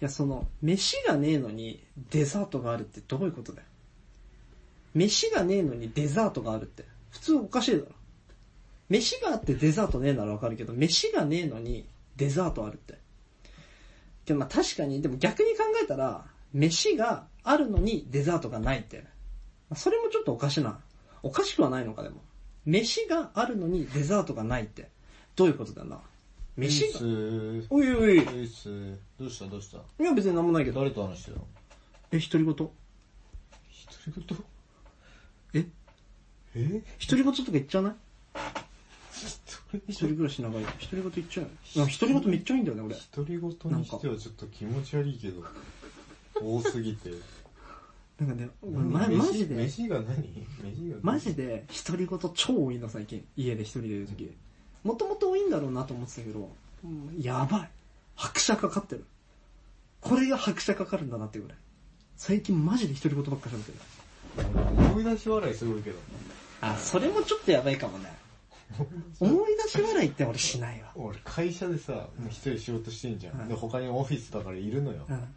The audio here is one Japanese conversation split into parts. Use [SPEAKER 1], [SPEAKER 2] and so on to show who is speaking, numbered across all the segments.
[SPEAKER 1] や、その、飯がねえのにデザートがあるってどういうことだよ。飯がねえのにデザートがあるって、普通おかしいだろ。飯があってデザートねえならわかるけど、飯がねえのにデザートあるって。でもまあ確かに、でも逆に考えたら、飯があるのにデザートがないって。まあそれもちょっとおかしな。おかしくはないのかでも。飯があるのにデザートがないって。どういうことだよな。飯が。
[SPEAKER 2] ういっす
[SPEAKER 1] おいおいおい。
[SPEAKER 2] ういっすどうしたどうした
[SPEAKER 1] いや別になんもないけど。
[SPEAKER 2] 誰と話してるの
[SPEAKER 1] え、独り言
[SPEAKER 2] 独り言
[SPEAKER 1] え
[SPEAKER 2] え
[SPEAKER 1] 独り言とか言っちゃわない
[SPEAKER 2] 独り
[SPEAKER 1] 一人暮らし長い。独り言言っちゃうよ。なんか独り言めっちゃいいんだよね、俺。
[SPEAKER 2] 独り言にしてはちょっと気持ち悪いけど、多すぎて。
[SPEAKER 1] なんかね、俺ま、マジで。
[SPEAKER 2] 飯飯が何飯が何
[SPEAKER 1] マジで、独り言超多いの最近。家で一人でいる時もともと多いんだろうなと思ってたけど、やばい。拍車かかってる。これが拍車かかるんだなっていうぐらい。最近マジで独り言ばっか喋ってる。
[SPEAKER 2] 思い出し笑いすごいけど。
[SPEAKER 1] あ、それもちょっとやばいかもね。 思い出し笑いって俺しないわ。
[SPEAKER 2] 俺会社でさ、もう一人仕事してんじゃ
[SPEAKER 1] うん
[SPEAKER 2] ん。で、他にオフィスだからいるのよ
[SPEAKER 1] う。ん。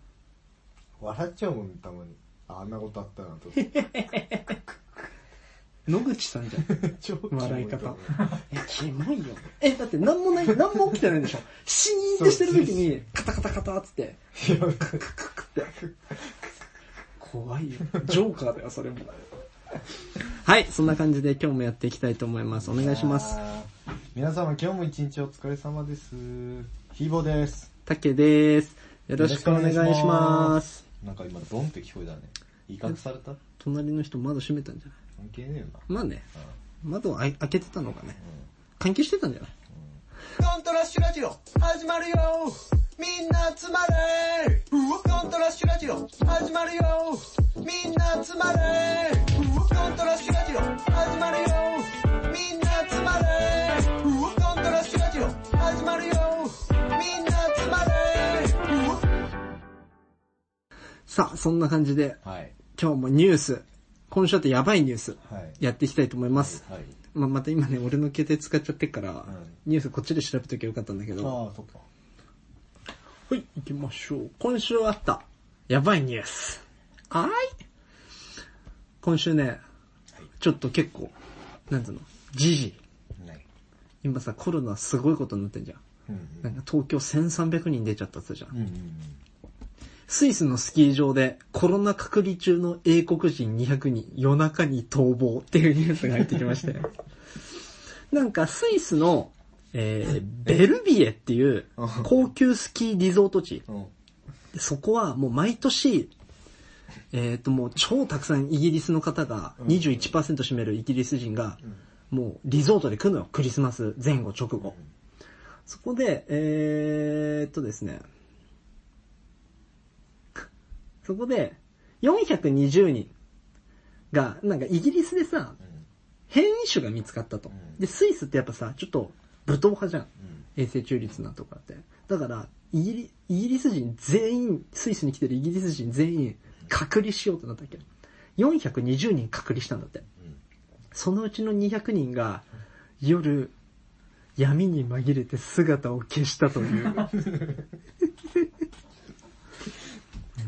[SPEAKER 2] 笑っちゃうもん、たまに。ああんなことあったなと。めっ
[SPEAKER 1] 野口さんじゃん。
[SPEAKER 2] ちゃ大き な
[SPEAKER 1] 笑い
[SPEAKER 2] 声で
[SPEAKER 1] 方。え、キモいよ。え、だってなんもない、なんも起きてないんでしょ。シーンってしてる時に、カタカタカタっつって、
[SPEAKER 2] いや、なんか
[SPEAKER 1] クククって。怖いよ。ジョーカーだよ、それも。はい、そんな感じで今日もやっていきたいと思います。お願いします。
[SPEAKER 2] あー。皆様今日も一日お疲れ様です。ひーぼーです。
[SPEAKER 1] たけです。よろしくお願いし
[SPEAKER 2] よろしくお願
[SPEAKER 1] ま
[SPEAKER 2] いし
[SPEAKER 1] す。
[SPEAKER 2] なんか今ドンって聞こえたね。威嚇された
[SPEAKER 1] 隣の人窓閉めたんじゃない
[SPEAKER 2] 関係ねえよな。
[SPEAKER 1] まあね、窓をあい開けてたのかね。換気してたんじゃない
[SPEAKER 3] コントラッシュラジオ始まるよみんな集まれコントラッシュラジオ始まるよみんな集まれコントラッシュラジオ始まるよみんな集まれコントラッシュラジオ始まるよみんな集まれ
[SPEAKER 1] さあ、そんな感じで、
[SPEAKER 2] うん。はい。
[SPEAKER 1] 今日もニュース、今週あってやばいニュース、
[SPEAKER 2] はい。
[SPEAKER 1] やっていきたいと思います。
[SPEAKER 2] はい。
[SPEAKER 1] まあ、また今ね、俺の携帯使っちゃってっから、ニュースこっちで調べときゃよかったんだけど。
[SPEAKER 2] ああ、そっか。
[SPEAKER 1] はい、行きましょう。今週あった、やばいニュース。あーい今週ね、ちょっと結構、なんつうの、時事。
[SPEAKER 2] ない。
[SPEAKER 1] 今さ、コロナすごいことになってんじゃん。
[SPEAKER 2] うん
[SPEAKER 1] なんか東京1300人出ちゃったってじゃん。
[SPEAKER 2] うん。うんうん
[SPEAKER 1] スイスのスキー場でコロナ隔離中の英国人200人夜中に逃亡っていうニュースが入ってきまして。 なんかスイスの、えー、ベルビエっていう高級スキーリゾート地。
[SPEAKER 2] うん。うん。
[SPEAKER 1] でそこはもう毎年、えっ、ともう超たくさんイギリスの方が、21%占めるイギリス人が、もうリゾートで来るのよ。クリスマス前後直後。そこで、えー、っとですね。 そこで、420人が、なんかイギリスでさ、変異種が見つかったと。で、スイスってやっぱさ、ちょっと武闘派じゃん。衛生中立なとこあって。だから、イギリ、イギリス人全員、スイスに来てるイギリス人全員、隔離しようってなったっけ ?420 人隔離したんだって。そのうちの200人が、夜、闇に紛れて姿を消したという。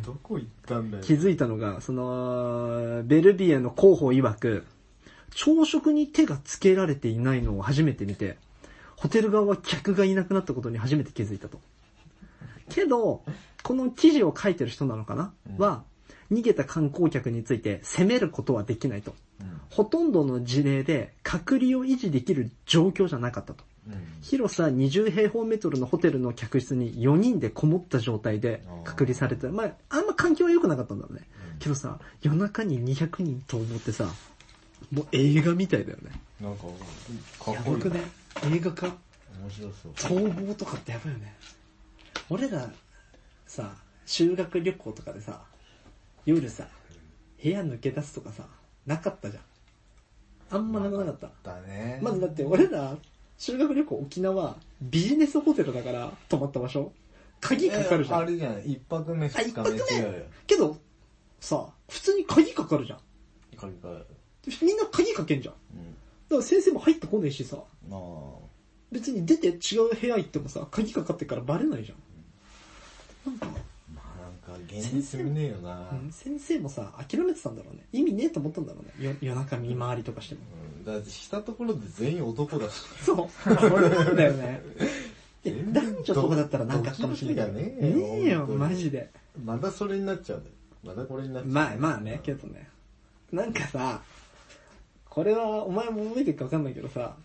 [SPEAKER 2] どこ行ったんだよ。
[SPEAKER 1] 気づいたのが、その、ベルビエの広報曰く、朝食に手がつけられていないのを初めて見て、ホテル側は客がいなくなったことに初めて気づいたと。けど、この記事を書いてる人なのかな、は、逃げた観光客について責めることはできないと。
[SPEAKER 2] うん
[SPEAKER 1] ほとんどの事例で隔離を維持できる状況じゃなかったと。
[SPEAKER 2] うん。
[SPEAKER 1] 広さ20平方メートルのホテルの客室に4人でこもった状態で隔離されて、まあ、あんま環境は良くなかったんだろうね。けどさ、夜中に200人と思ってさ、もう映画みたいだよね。
[SPEAKER 2] なんか、か
[SPEAKER 1] や
[SPEAKER 2] っこ
[SPEAKER 1] ば
[SPEAKER 2] いい
[SPEAKER 1] くね
[SPEAKER 2] な。
[SPEAKER 1] 映画化
[SPEAKER 2] 面白そう。
[SPEAKER 1] 逃亡とかってやばいよね。俺ら、さ、修学旅行とかでさ、夜さ、部屋抜け出すとかさ、なかったじゃん。あんまなくなかった。
[SPEAKER 2] だね。
[SPEAKER 1] まずだって俺ら、修学旅行沖縄、ビジネスホテルだから、泊まった場所。鍵かかるじゃ
[SPEAKER 2] えあ
[SPEAKER 1] ん。
[SPEAKER 2] れじゃん。一泊目、二日目
[SPEAKER 1] あ一泊目
[SPEAKER 2] 違うよ。
[SPEAKER 1] けど、さ、普通に鍵かかるじゃん。
[SPEAKER 2] かかる。
[SPEAKER 1] みんな鍵かけんじゃん。だ
[SPEAKER 2] う
[SPEAKER 1] か
[SPEAKER 2] ん。
[SPEAKER 1] ら先生も入ってこねえしさ、
[SPEAKER 2] まあ、
[SPEAKER 1] 別に出て違う部屋行ってもさ、鍵かかってっからバレないじゃん。なんか、
[SPEAKER 2] ま現実見ねえよな。
[SPEAKER 1] うん先生もさ、諦めてたんだろうね。意味ねえと思ったんだろうね。よ夜中見回りとかしても。
[SPEAKER 2] うんだってしたところで全員男だし。
[SPEAKER 1] そう。そうなんだよね。いや
[SPEAKER 2] 全然
[SPEAKER 1] 男女とかだったらなんかあったかもしれないけど。
[SPEAKER 2] ドキ
[SPEAKER 1] ね
[SPEAKER 2] ドキがねえよ
[SPEAKER 1] えよ、
[SPEAKER 2] 本当に
[SPEAKER 1] マジで。
[SPEAKER 2] まだそれになっちゃうんだよ。まだこれになっちゃう。
[SPEAKER 1] まあまあね、けどね。なんかさ、これはお前も覚えてるかわかんないけどさ、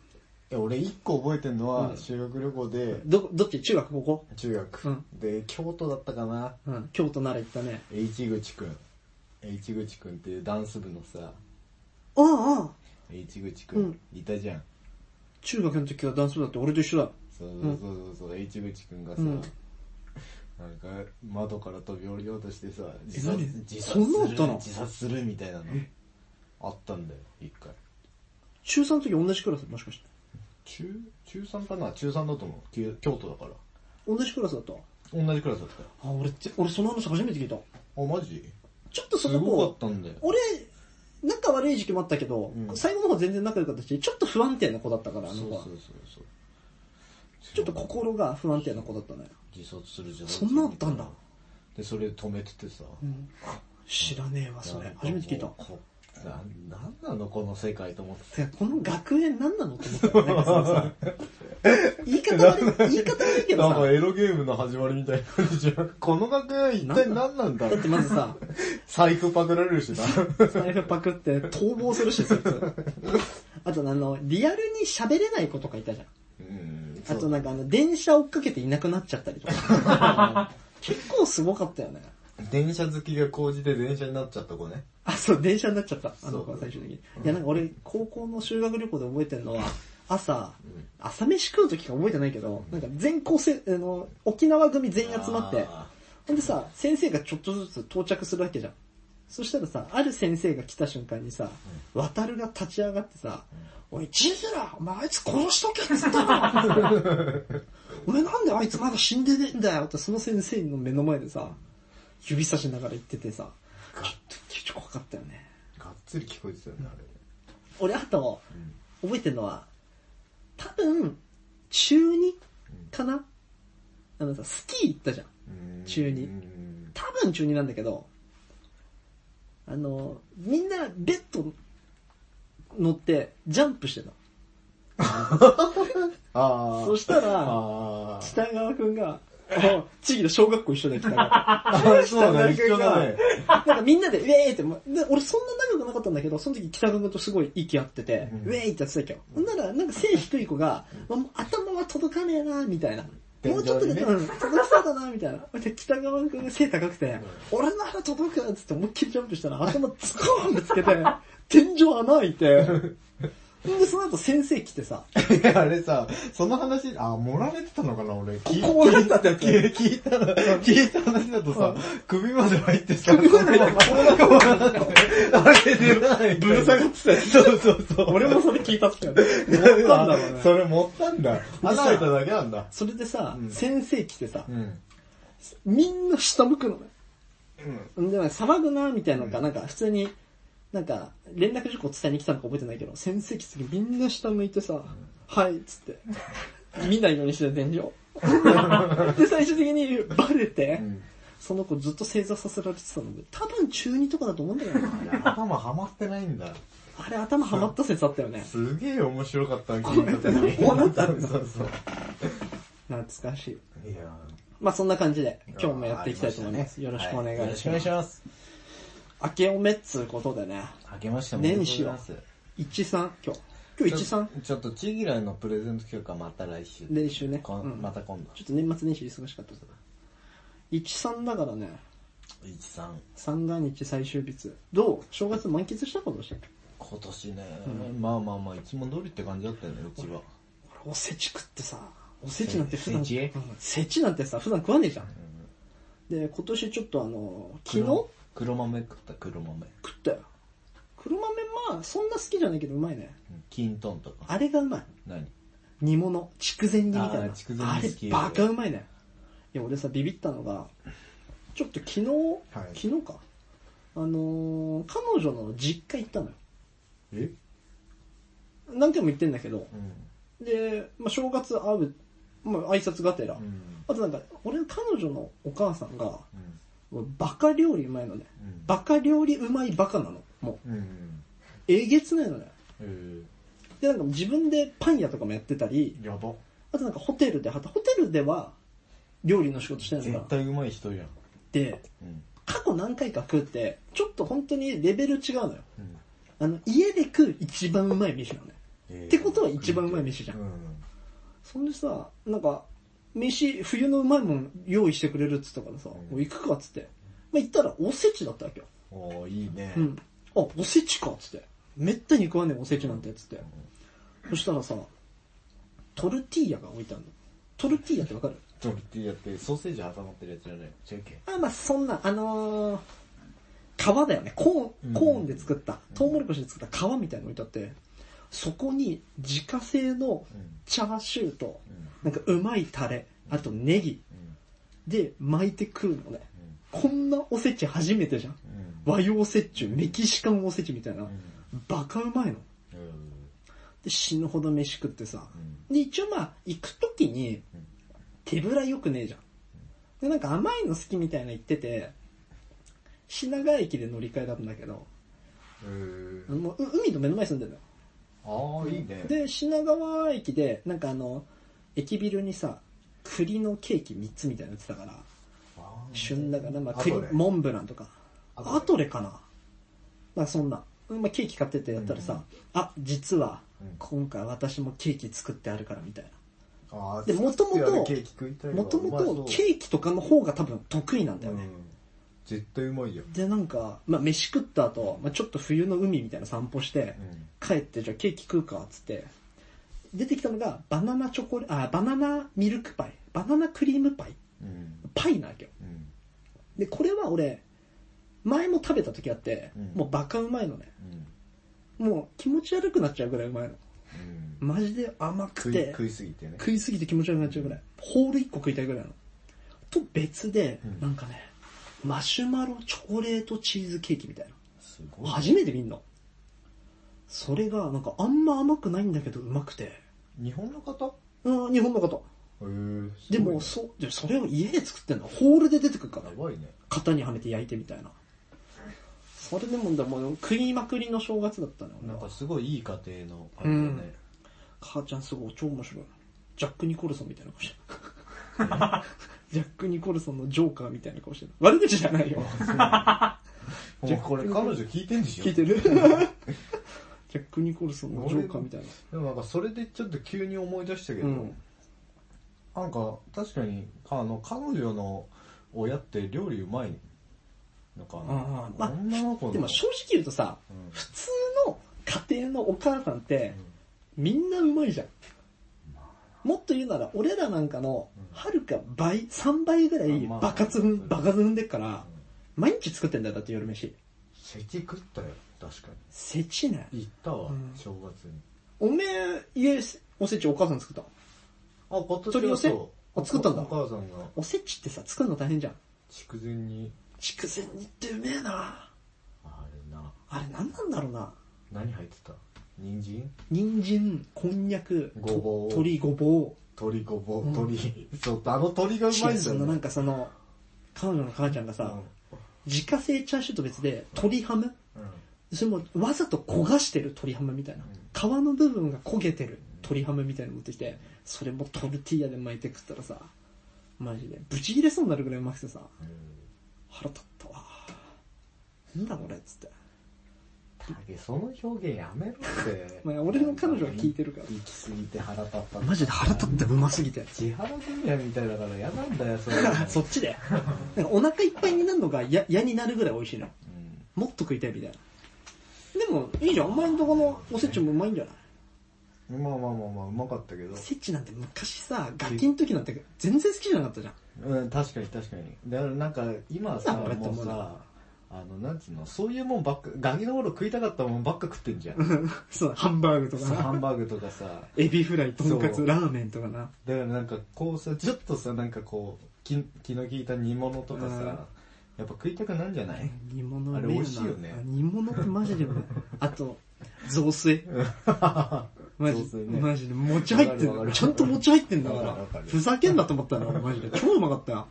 [SPEAKER 2] いや、俺一個覚えてんの
[SPEAKER 1] う
[SPEAKER 2] は
[SPEAKER 1] ん
[SPEAKER 2] 修学旅行で、
[SPEAKER 1] ど、どっち中学ここ
[SPEAKER 2] 中学、
[SPEAKER 1] うん
[SPEAKER 2] で、京都だったかな。
[SPEAKER 1] うん、京都なら行ったね。
[SPEAKER 2] H 口くん。H 口くんっていうダンス部のさ、
[SPEAKER 1] ああ、ああ
[SPEAKER 2] H 口く
[SPEAKER 1] う
[SPEAKER 2] ん、
[SPEAKER 1] ん
[SPEAKER 2] いたじゃん。
[SPEAKER 1] 中学の時はダンス部だって俺と一緒だ。
[SPEAKER 2] そうそうそうそうそう、H 口くんがさ、
[SPEAKER 1] うん
[SPEAKER 2] なんか窓から飛び降りようとしてさ、自殺
[SPEAKER 1] 何
[SPEAKER 2] 自殺
[SPEAKER 1] そんなのあっ
[SPEAKER 2] す
[SPEAKER 1] た
[SPEAKER 2] る
[SPEAKER 1] の
[SPEAKER 2] 自殺するみたいなのあったんだよ、一回。
[SPEAKER 1] 中3の時同じクラスもしかして。
[SPEAKER 2] 中、中3かな中3だと思う。きゅ京都だから。
[SPEAKER 1] 同じクラスだった。
[SPEAKER 2] 同じクラスだったよ。
[SPEAKER 1] あ、俺って、俺その話初めて聞いた。
[SPEAKER 2] あ、マジ
[SPEAKER 1] ちょっとそ
[SPEAKER 2] す
[SPEAKER 1] の
[SPEAKER 2] ごか
[SPEAKER 1] 子
[SPEAKER 2] っ、たんだよ。
[SPEAKER 1] 俺、仲悪い時期もあったけど、
[SPEAKER 2] うん
[SPEAKER 1] 最後の方全然仲良かったし、ちょっと不安定な子だったから、あ
[SPEAKER 2] そ
[SPEAKER 1] の
[SPEAKER 2] う
[SPEAKER 1] 子
[SPEAKER 2] そう
[SPEAKER 1] は
[SPEAKER 2] そう。そう。
[SPEAKER 1] ちょっと心が不安定な子だったね。
[SPEAKER 2] 自殺するじゃん。
[SPEAKER 1] そんなのあったんだ。
[SPEAKER 2] で、それ止めててさ。
[SPEAKER 1] 知らねえわ、それ。初めて聞いた。
[SPEAKER 2] こな、なんなのこの世界と思って
[SPEAKER 1] てかこの学園何なのって思ったよね。なんかそのさ言い方悪い、 言い方悪いけ
[SPEAKER 2] た。
[SPEAKER 1] ど
[SPEAKER 2] なん
[SPEAKER 1] さ
[SPEAKER 2] か。エロゲームの始まりみたいな感じじ ゃん。この学園一体何なんだ
[SPEAKER 1] だってまずさ、
[SPEAKER 2] 財布パクられるしな。
[SPEAKER 1] 財布パクって逃亡するし、そいつ。あとあの、リアルに喋れない子とかいたじゃん。
[SPEAKER 2] うん。
[SPEAKER 1] あとなん
[SPEAKER 2] か。
[SPEAKER 1] かあの、電車追っかけていなくなっちゃったりとか。 結構すごかったよね。
[SPEAKER 2] 電車好きが高じて電車になっちゃった子ね。
[SPEAKER 1] あ、そう、電車になっちゃった。あの子は
[SPEAKER 2] そ
[SPEAKER 1] 最
[SPEAKER 2] う
[SPEAKER 1] 終的に。いや、なんか俺、高校の修学旅行で覚えてるのは、朝、朝飯食う時か覚えてないけど、なんか全校生、あの、沖縄組全員集まって、
[SPEAKER 2] あ
[SPEAKER 1] ほんでさ、先生がちょっとずつ到着するわけじゃん。そしたらさ、ある先生が来た瞬間にさ、渡るが立ち上がってさ、おい、ジズラ、お前あいつ殺しとけっつったの お前なんであいつまだ死んでねえんだよってその先生の目の前でさ、指差しながら言っててさ、ちょっと、ちょっと怖かったよね。
[SPEAKER 2] ーがっつり聞こえてたよね、あれ。
[SPEAKER 1] 俺あと、覚えてるのは、多分、中2かな、あのさ、スキー行ったじゃん。
[SPEAKER 2] うん
[SPEAKER 1] 中二
[SPEAKER 2] うん
[SPEAKER 1] 多分中2なんだけど、あの、みんなベッド乗ってジャンプしてた。
[SPEAKER 2] ああ。
[SPEAKER 1] そしたら、
[SPEAKER 2] あー
[SPEAKER 1] 北川くんが、あ地域の小学校一緒で北川
[SPEAKER 2] あー。 そうだね、
[SPEAKER 1] 北
[SPEAKER 2] 一緒
[SPEAKER 1] 川
[SPEAKER 2] だ
[SPEAKER 1] 君
[SPEAKER 2] ね。
[SPEAKER 1] が、 なんかみんなで、ウェーって、まで俺そんな長くなかったんだけど、その時北川くんとすごい息合ってて、
[SPEAKER 2] うん
[SPEAKER 1] ウェーってやってたっけど、ほんなら、なんか背低い子が、まあもう頭は届かねえなみたいな。
[SPEAKER 2] 天井
[SPEAKER 1] も
[SPEAKER 2] にね
[SPEAKER 1] うちょっとで、うん、届きそうだなみたいな。で、北川くんが背高くて、俺なら届くっつって思いっきりジャンプしたら、頭ズコーンってつけて、天井穴開い て、ほんで、その後先生来てさ、
[SPEAKER 2] いやあれさ、その話、あ、盛られてたのかな、俺。聞い
[SPEAKER 1] こうなったってやつ
[SPEAKER 2] 聞い聞いた、聞いた話だとさ、首まで入ってさ、首
[SPEAKER 1] まで入って
[SPEAKER 2] あれ出ない。
[SPEAKER 1] ぶら下がってたよ
[SPEAKER 2] そうそうそう。
[SPEAKER 1] 俺もそれ聞いたっすよね。 思ったんだろうね。
[SPEAKER 2] それ持ったんだ。穴開いただけなんだ。
[SPEAKER 1] それでさ、
[SPEAKER 2] うん
[SPEAKER 1] 先生来てさ
[SPEAKER 2] う、ん。
[SPEAKER 1] みんな下向くのね。
[SPEAKER 2] うん。
[SPEAKER 1] で、なんか騒ぐなみたいなのか、なんか普通に、なんか連絡事項伝えに来たのか覚えてないけど、先生来てみんな下向いてさ、はいっつ って、見ないようにしてた 天井。で、最終的にバレて、その子ずっと正座させられてたので、多分中2とかだと思うんだよね。
[SPEAKER 2] いや頭はまってないんだ。
[SPEAKER 1] あれ頭ハマった説あったよね。
[SPEAKER 2] すげえ面白かった聞いた時
[SPEAKER 1] こうなった
[SPEAKER 2] そうそうそう。
[SPEAKER 1] 懐かしい。
[SPEAKER 2] いや
[SPEAKER 1] まあそんな感じで、今日もやっていきたいと思います。よろしくお願いします。
[SPEAKER 2] よろしくお願いします。
[SPEAKER 1] 明けおめっつうことでね。
[SPEAKER 2] 明けましておめでとう
[SPEAKER 1] 年
[SPEAKER 2] ござ
[SPEAKER 1] 始
[SPEAKER 2] い
[SPEAKER 1] は
[SPEAKER 2] ます。
[SPEAKER 1] 13、今日。今日
[SPEAKER 2] ちょ
[SPEAKER 1] 13?
[SPEAKER 2] ちょっとちぎらいのプレゼント企画はまた来週。
[SPEAKER 1] 練習ね。
[SPEAKER 2] こん
[SPEAKER 1] うん
[SPEAKER 2] また今度。
[SPEAKER 1] ちょっと年末年始忙しかったです。13だからね、
[SPEAKER 2] 一さん、
[SPEAKER 1] 三が日最終日。どう正月満喫したことしたっけ
[SPEAKER 2] 今年ね、まあまあまあ、いつも通りって感じだったよね、うちは。
[SPEAKER 1] 俺おせち食ってさ、おせちなんて普段、
[SPEAKER 2] せち
[SPEAKER 1] うんせちなんてさ、普段食わねえじゃん。で、今年ちょっとあの、昨日
[SPEAKER 2] 黒
[SPEAKER 1] 食
[SPEAKER 2] 黒豆食った、黒豆。
[SPEAKER 1] ったよ。黒豆まあ、そんな好きじゃないけどうまいね。
[SPEAKER 2] キントンとか。
[SPEAKER 1] あれがうまい。
[SPEAKER 2] 何
[SPEAKER 1] 煮物、筑前煮みたいな。
[SPEAKER 2] あー筑前煮好き
[SPEAKER 1] あれ、バカうまいね。いや、俺さ、ビビったのが、ちょっと昨日、
[SPEAKER 2] はい
[SPEAKER 1] 昨日か。あのー、彼女の実家行ったのよ。
[SPEAKER 2] え
[SPEAKER 1] 何回も行ってんだけど
[SPEAKER 2] う、ん。
[SPEAKER 1] で、まあ、正月会う、まあ、挨拶がてら、
[SPEAKER 2] うん。
[SPEAKER 1] あとなんか、俺、彼女のお母さんが、
[SPEAKER 2] うん
[SPEAKER 1] 俺バカ料理うまいのね。
[SPEAKER 2] うん
[SPEAKER 1] バカ料理うまいバカなの。もう、
[SPEAKER 2] うん。
[SPEAKER 1] えげつないのね。
[SPEAKER 2] えー、
[SPEAKER 1] で、なんか自分でパン屋とかもやってたり、
[SPEAKER 2] やば。
[SPEAKER 1] あとなんかホテルで働いホテルでは料理の仕事してるの
[SPEAKER 2] 絶
[SPEAKER 1] かな。
[SPEAKER 2] 対うまい人やん。
[SPEAKER 1] で、
[SPEAKER 2] うん。
[SPEAKER 1] 過去何回か食って、ちょっと本当にレベル違うのよ。
[SPEAKER 2] うん。
[SPEAKER 1] あの、家で食う一番うまい飯なのよ。
[SPEAKER 2] えー
[SPEAKER 1] ってことは一番うまい飯じゃん
[SPEAKER 2] うん。
[SPEAKER 1] そんでさ、なんか、飯、冬のうまいもん用意してくれるっつったからさ、もう行くかっつって。まあ、行ったらおせちだったわけよ。
[SPEAKER 2] おー、いいね。
[SPEAKER 1] うん。あ、おせちかっつって。めったに食わねえおせちなんてっつって。そしたらさ、トルティーヤが置いてあるの。トルティーヤってわかる
[SPEAKER 2] トルティーヤってソーセージ挟まってるやつじゃない違うっけ
[SPEAKER 1] あ、まあそんな、あのー、皮だよね。コー
[SPEAKER 2] う
[SPEAKER 1] ン、
[SPEAKER 2] ん
[SPEAKER 1] コーンで作った、トウモロコシで作った皮みたいの置いてあって、そこに自家製の
[SPEAKER 2] うん
[SPEAKER 1] チャーシューと、
[SPEAKER 2] うん
[SPEAKER 1] なんかうまいタレ、あとネギで巻いて食うのね。こんなおせち初めてじゃん。
[SPEAKER 2] うん
[SPEAKER 1] 和洋折衷、メキシカンおせちみたいな。バカうまいの。
[SPEAKER 2] うん
[SPEAKER 1] で、死ぬほど飯食ってさ。
[SPEAKER 2] うん
[SPEAKER 1] で、一応まあ、行くときに
[SPEAKER 2] うん、
[SPEAKER 1] 手ぶら良くねえじゃん。で、なんか甘いの好きみたいなの言ってて、品川駅で乗り換えだったんだけど、
[SPEAKER 2] うんうん
[SPEAKER 1] もうう海の目の前に住んでるのよ。
[SPEAKER 2] あーいいね
[SPEAKER 1] で、品川駅で、なんかあの、駅ビルにさ、栗のケーキ3つみたいなの売ってたから、
[SPEAKER 2] あー
[SPEAKER 1] 旬だから、まあ、
[SPEAKER 2] あ
[SPEAKER 1] 栗
[SPEAKER 2] とね、
[SPEAKER 1] モンブランとか。
[SPEAKER 2] あ
[SPEAKER 1] アトレかなまあそんな。まあケーキ買ってってやったらさ、
[SPEAKER 2] うん
[SPEAKER 1] あ、実は
[SPEAKER 2] うん、
[SPEAKER 1] 今回私もケーキ作ってあるからみたい
[SPEAKER 2] あー
[SPEAKER 1] で元々
[SPEAKER 2] 作ってあるケーキ食いた
[SPEAKER 1] な。
[SPEAKER 2] い
[SPEAKER 1] もともとケ
[SPEAKER 2] ー
[SPEAKER 1] ーキとかの方が多分得意なんだよね。
[SPEAKER 2] 絶対うまいよ
[SPEAKER 1] でなんか、まあ飯食った後、まあちょっと冬の海みたいな散歩して、
[SPEAKER 2] うん
[SPEAKER 1] 帰ってじゃあケーキ食うか、つって。出てきたのが、バナナチョコレあ、バナナミルクパイ。バナナクリームパイ。
[SPEAKER 2] うん
[SPEAKER 1] パイなわけよ。
[SPEAKER 2] うん
[SPEAKER 1] で、これは俺、前も食べた時あって、
[SPEAKER 2] うん
[SPEAKER 1] もうバカうまいのね。
[SPEAKER 2] うん
[SPEAKER 1] もう気持ち悪くなっちゃうぐらいうまいの。
[SPEAKER 2] うん
[SPEAKER 1] マジで甘
[SPEAKER 2] 食
[SPEAKER 1] く
[SPEAKER 2] い
[SPEAKER 1] て、
[SPEAKER 2] 食いすぎてね
[SPEAKER 1] 食いすぎて気持ち悪くなっちゃうぐらい。ホール1個食いたいぐらいなの。と別で、
[SPEAKER 2] うん
[SPEAKER 1] なんかね、マシュマロチョコレートチーズケーキみたい
[SPEAKER 2] すご
[SPEAKER 1] な。
[SPEAKER 2] い
[SPEAKER 1] 初めて見んの。それが、なんかあんま甘くないんだけどうまくて。
[SPEAKER 2] 日本の方
[SPEAKER 1] うん、日本の方。
[SPEAKER 2] へー
[SPEAKER 1] で
[SPEAKER 2] すごいね
[SPEAKER 1] も、そ、でもそれを家で作ってんの。ホールで出てくるから
[SPEAKER 2] や。ばいね
[SPEAKER 1] 型にはめて焼いてみたいな。それでも、でも食いまくりの正月だったのよ。
[SPEAKER 2] なんかすごいいい家庭のあれだね
[SPEAKER 1] 母ちゃんすごい超面白いジャック・ニコルソンみたいな顔してる ジャック・ニコルソンのジョーカーみたいな顔してる悪口じゃないよ
[SPEAKER 2] じゃこれ彼女聞いてんでしょ
[SPEAKER 1] 聞いてる ジャック・ニコルソンのジョーカーみたいな
[SPEAKER 2] でもなんかそれでちょっと急に思い出したけど、
[SPEAKER 1] うん
[SPEAKER 2] なんか確かにあの彼女の親って料理うまいのか
[SPEAKER 1] あーま
[SPEAKER 2] な
[SPEAKER 1] あ
[SPEAKER 2] 女の子の
[SPEAKER 1] でも正直言うとさ、
[SPEAKER 2] うん
[SPEAKER 1] 普通の家庭のお母さんって、みんなうまいじゃんもっと言うなら俺らなんかのはるか倍3倍ぐらい
[SPEAKER 2] あまあ
[SPEAKER 1] バカつ
[SPEAKER 2] う
[SPEAKER 1] ん
[SPEAKER 2] ん
[SPEAKER 1] バカつんでっから毎日作ってんだよだって夜飯
[SPEAKER 2] せち食ったよ確か
[SPEAKER 1] せちない
[SPEAKER 2] に行ったわ、
[SPEAKER 1] うん
[SPEAKER 2] 正月に
[SPEAKER 1] おめえ、家、おせちお母さん作ったの
[SPEAKER 2] あ今
[SPEAKER 1] 取り寄せ
[SPEAKER 2] そう
[SPEAKER 1] あ作ったんだ
[SPEAKER 2] お母さんが
[SPEAKER 1] おせちってさ、作るの大変じゃん。
[SPEAKER 2] 筑前に
[SPEAKER 1] 筑前煮ってうめえな
[SPEAKER 2] あれな
[SPEAKER 1] あれ何なんだろうな
[SPEAKER 2] 何入ってた人参
[SPEAKER 1] 人参、こんにゃく、と
[SPEAKER 2] ごぼう
[SPEAKER 1] 鶏ごぼ
[SPEAKER 2] 鶏ごぼう
[SPEAKER 1] うん
[SPEAKER 2] 鶏、そうあの鶏が
[SPEAKER 1] う。
[SPEAKER 2] う
[SPEAKER 1] し
[SPEAKER 2] ま
[SPEAKER 1] か
[SPEAKER 2] い
[SPEAKER 1] も
[SPEAKER 2] んだ
[SPEAKER 1] そ
[SPEAKER 2] よ、
[SPEAKER 1] のなん
[SPEAKER 2] ね、
[SPEAKER 1] かその、彼女の母ちゃんがさ、自家製チャーシューと別で鶏ハム
[SPEAKER 2] うんうん
[SPEAKER 1] それもわざと焦がしてる鶏ハムみたいな。皮の部分が焦げてる鶏ハムみたいなの持ってきて、それもトルティーヤで巻いて食ったらさ、マジで、ブチ切れそうになるぐらいうまくてさ、腹立ったわ。なんだこれっつって。
[SPEAKER 2] いやその表現やめろって。
[SPEAKER 1] まあ俺の彼女は聞いてるから
[SPEAKER 2] 行き過ぎて腹立った。
[SPEAKER 1] マジで腹立ってうますぎて。
[SPEAKER 2] 千原ジュニアみたいだから嫌なんだよ、それ。
[SPEAKER 1] そっちで。なんかお腹いっぱいになるのがや嫌になるぐらい美味しいの。
[SPEAKER 2] うん
[SPEAKER 1] もっと食いたいみたいな。でも、いいじゃん。お前んとこのおせちもうまいんじゃない
[SPEAKER 2] まあまあまあまあ、うまかったけど
[SPEAKER 1] お。せちなんて昔さ、ガキの時なんて全然好きじゃなかったじゃん。
[SPEAKER 2] うん、確かに確かに。だからなんか、今はさ、
[SPEAKER 1] なんだこれって
[SPEAKER 2] もう
[SPEAKER 1] 思う
[SPEAKER 2] さ
[SPEAKER 1] な、
[SPEAKER 2] あの、なんつうの、そういうもんばっか、ガキの頃食いたかったもんばっか食ってんじゃん。
[SPEAKER 1] そう、ハンバーグと
[SPEAKER 2] そうハ
[SPEAKER 1] かな。
[SPEAKER 2] ンバーグとかさ。
[SPEAKER 1] エビフライ、とんか
[SPEAKER 2] そ
[SPEAKER 1] つ、
[SPEAKER 2] う
[SPEAKER 1] ラーメンとかな。
[SPEAKER 2] だからなんか、こうさ、ちょっとさ、なんかこう、気気の利いた煮物とか
[SPEAKER 1] うん
[SPEAKER 2] さ、やっぱ食いたくなんじ ゃない
[SPEAKER 1] 煮物うめえな
[SPEAKER 2] あれ美味しいよね
[SPEAKER 1] あ煮物ってマジでうまい。 あと、雑炊。マジ
[SPEAKER 2] 雑炊ね
[SPEAKER 1] マジで餅入ってん
[SPEAKER 2] わかるわ
[SPEAKER 1] だ
[SPEAKER 2] か
[SPEAKER 1] よ。
[SPEAKER 2] る
[SPEAKER 1] ちゃんと餅入ってんだか。
[SPEAKER 2] わかるわからる
[SPEAKER 1] ふざけんなと思ったんだから、マジで。超うまかったよ。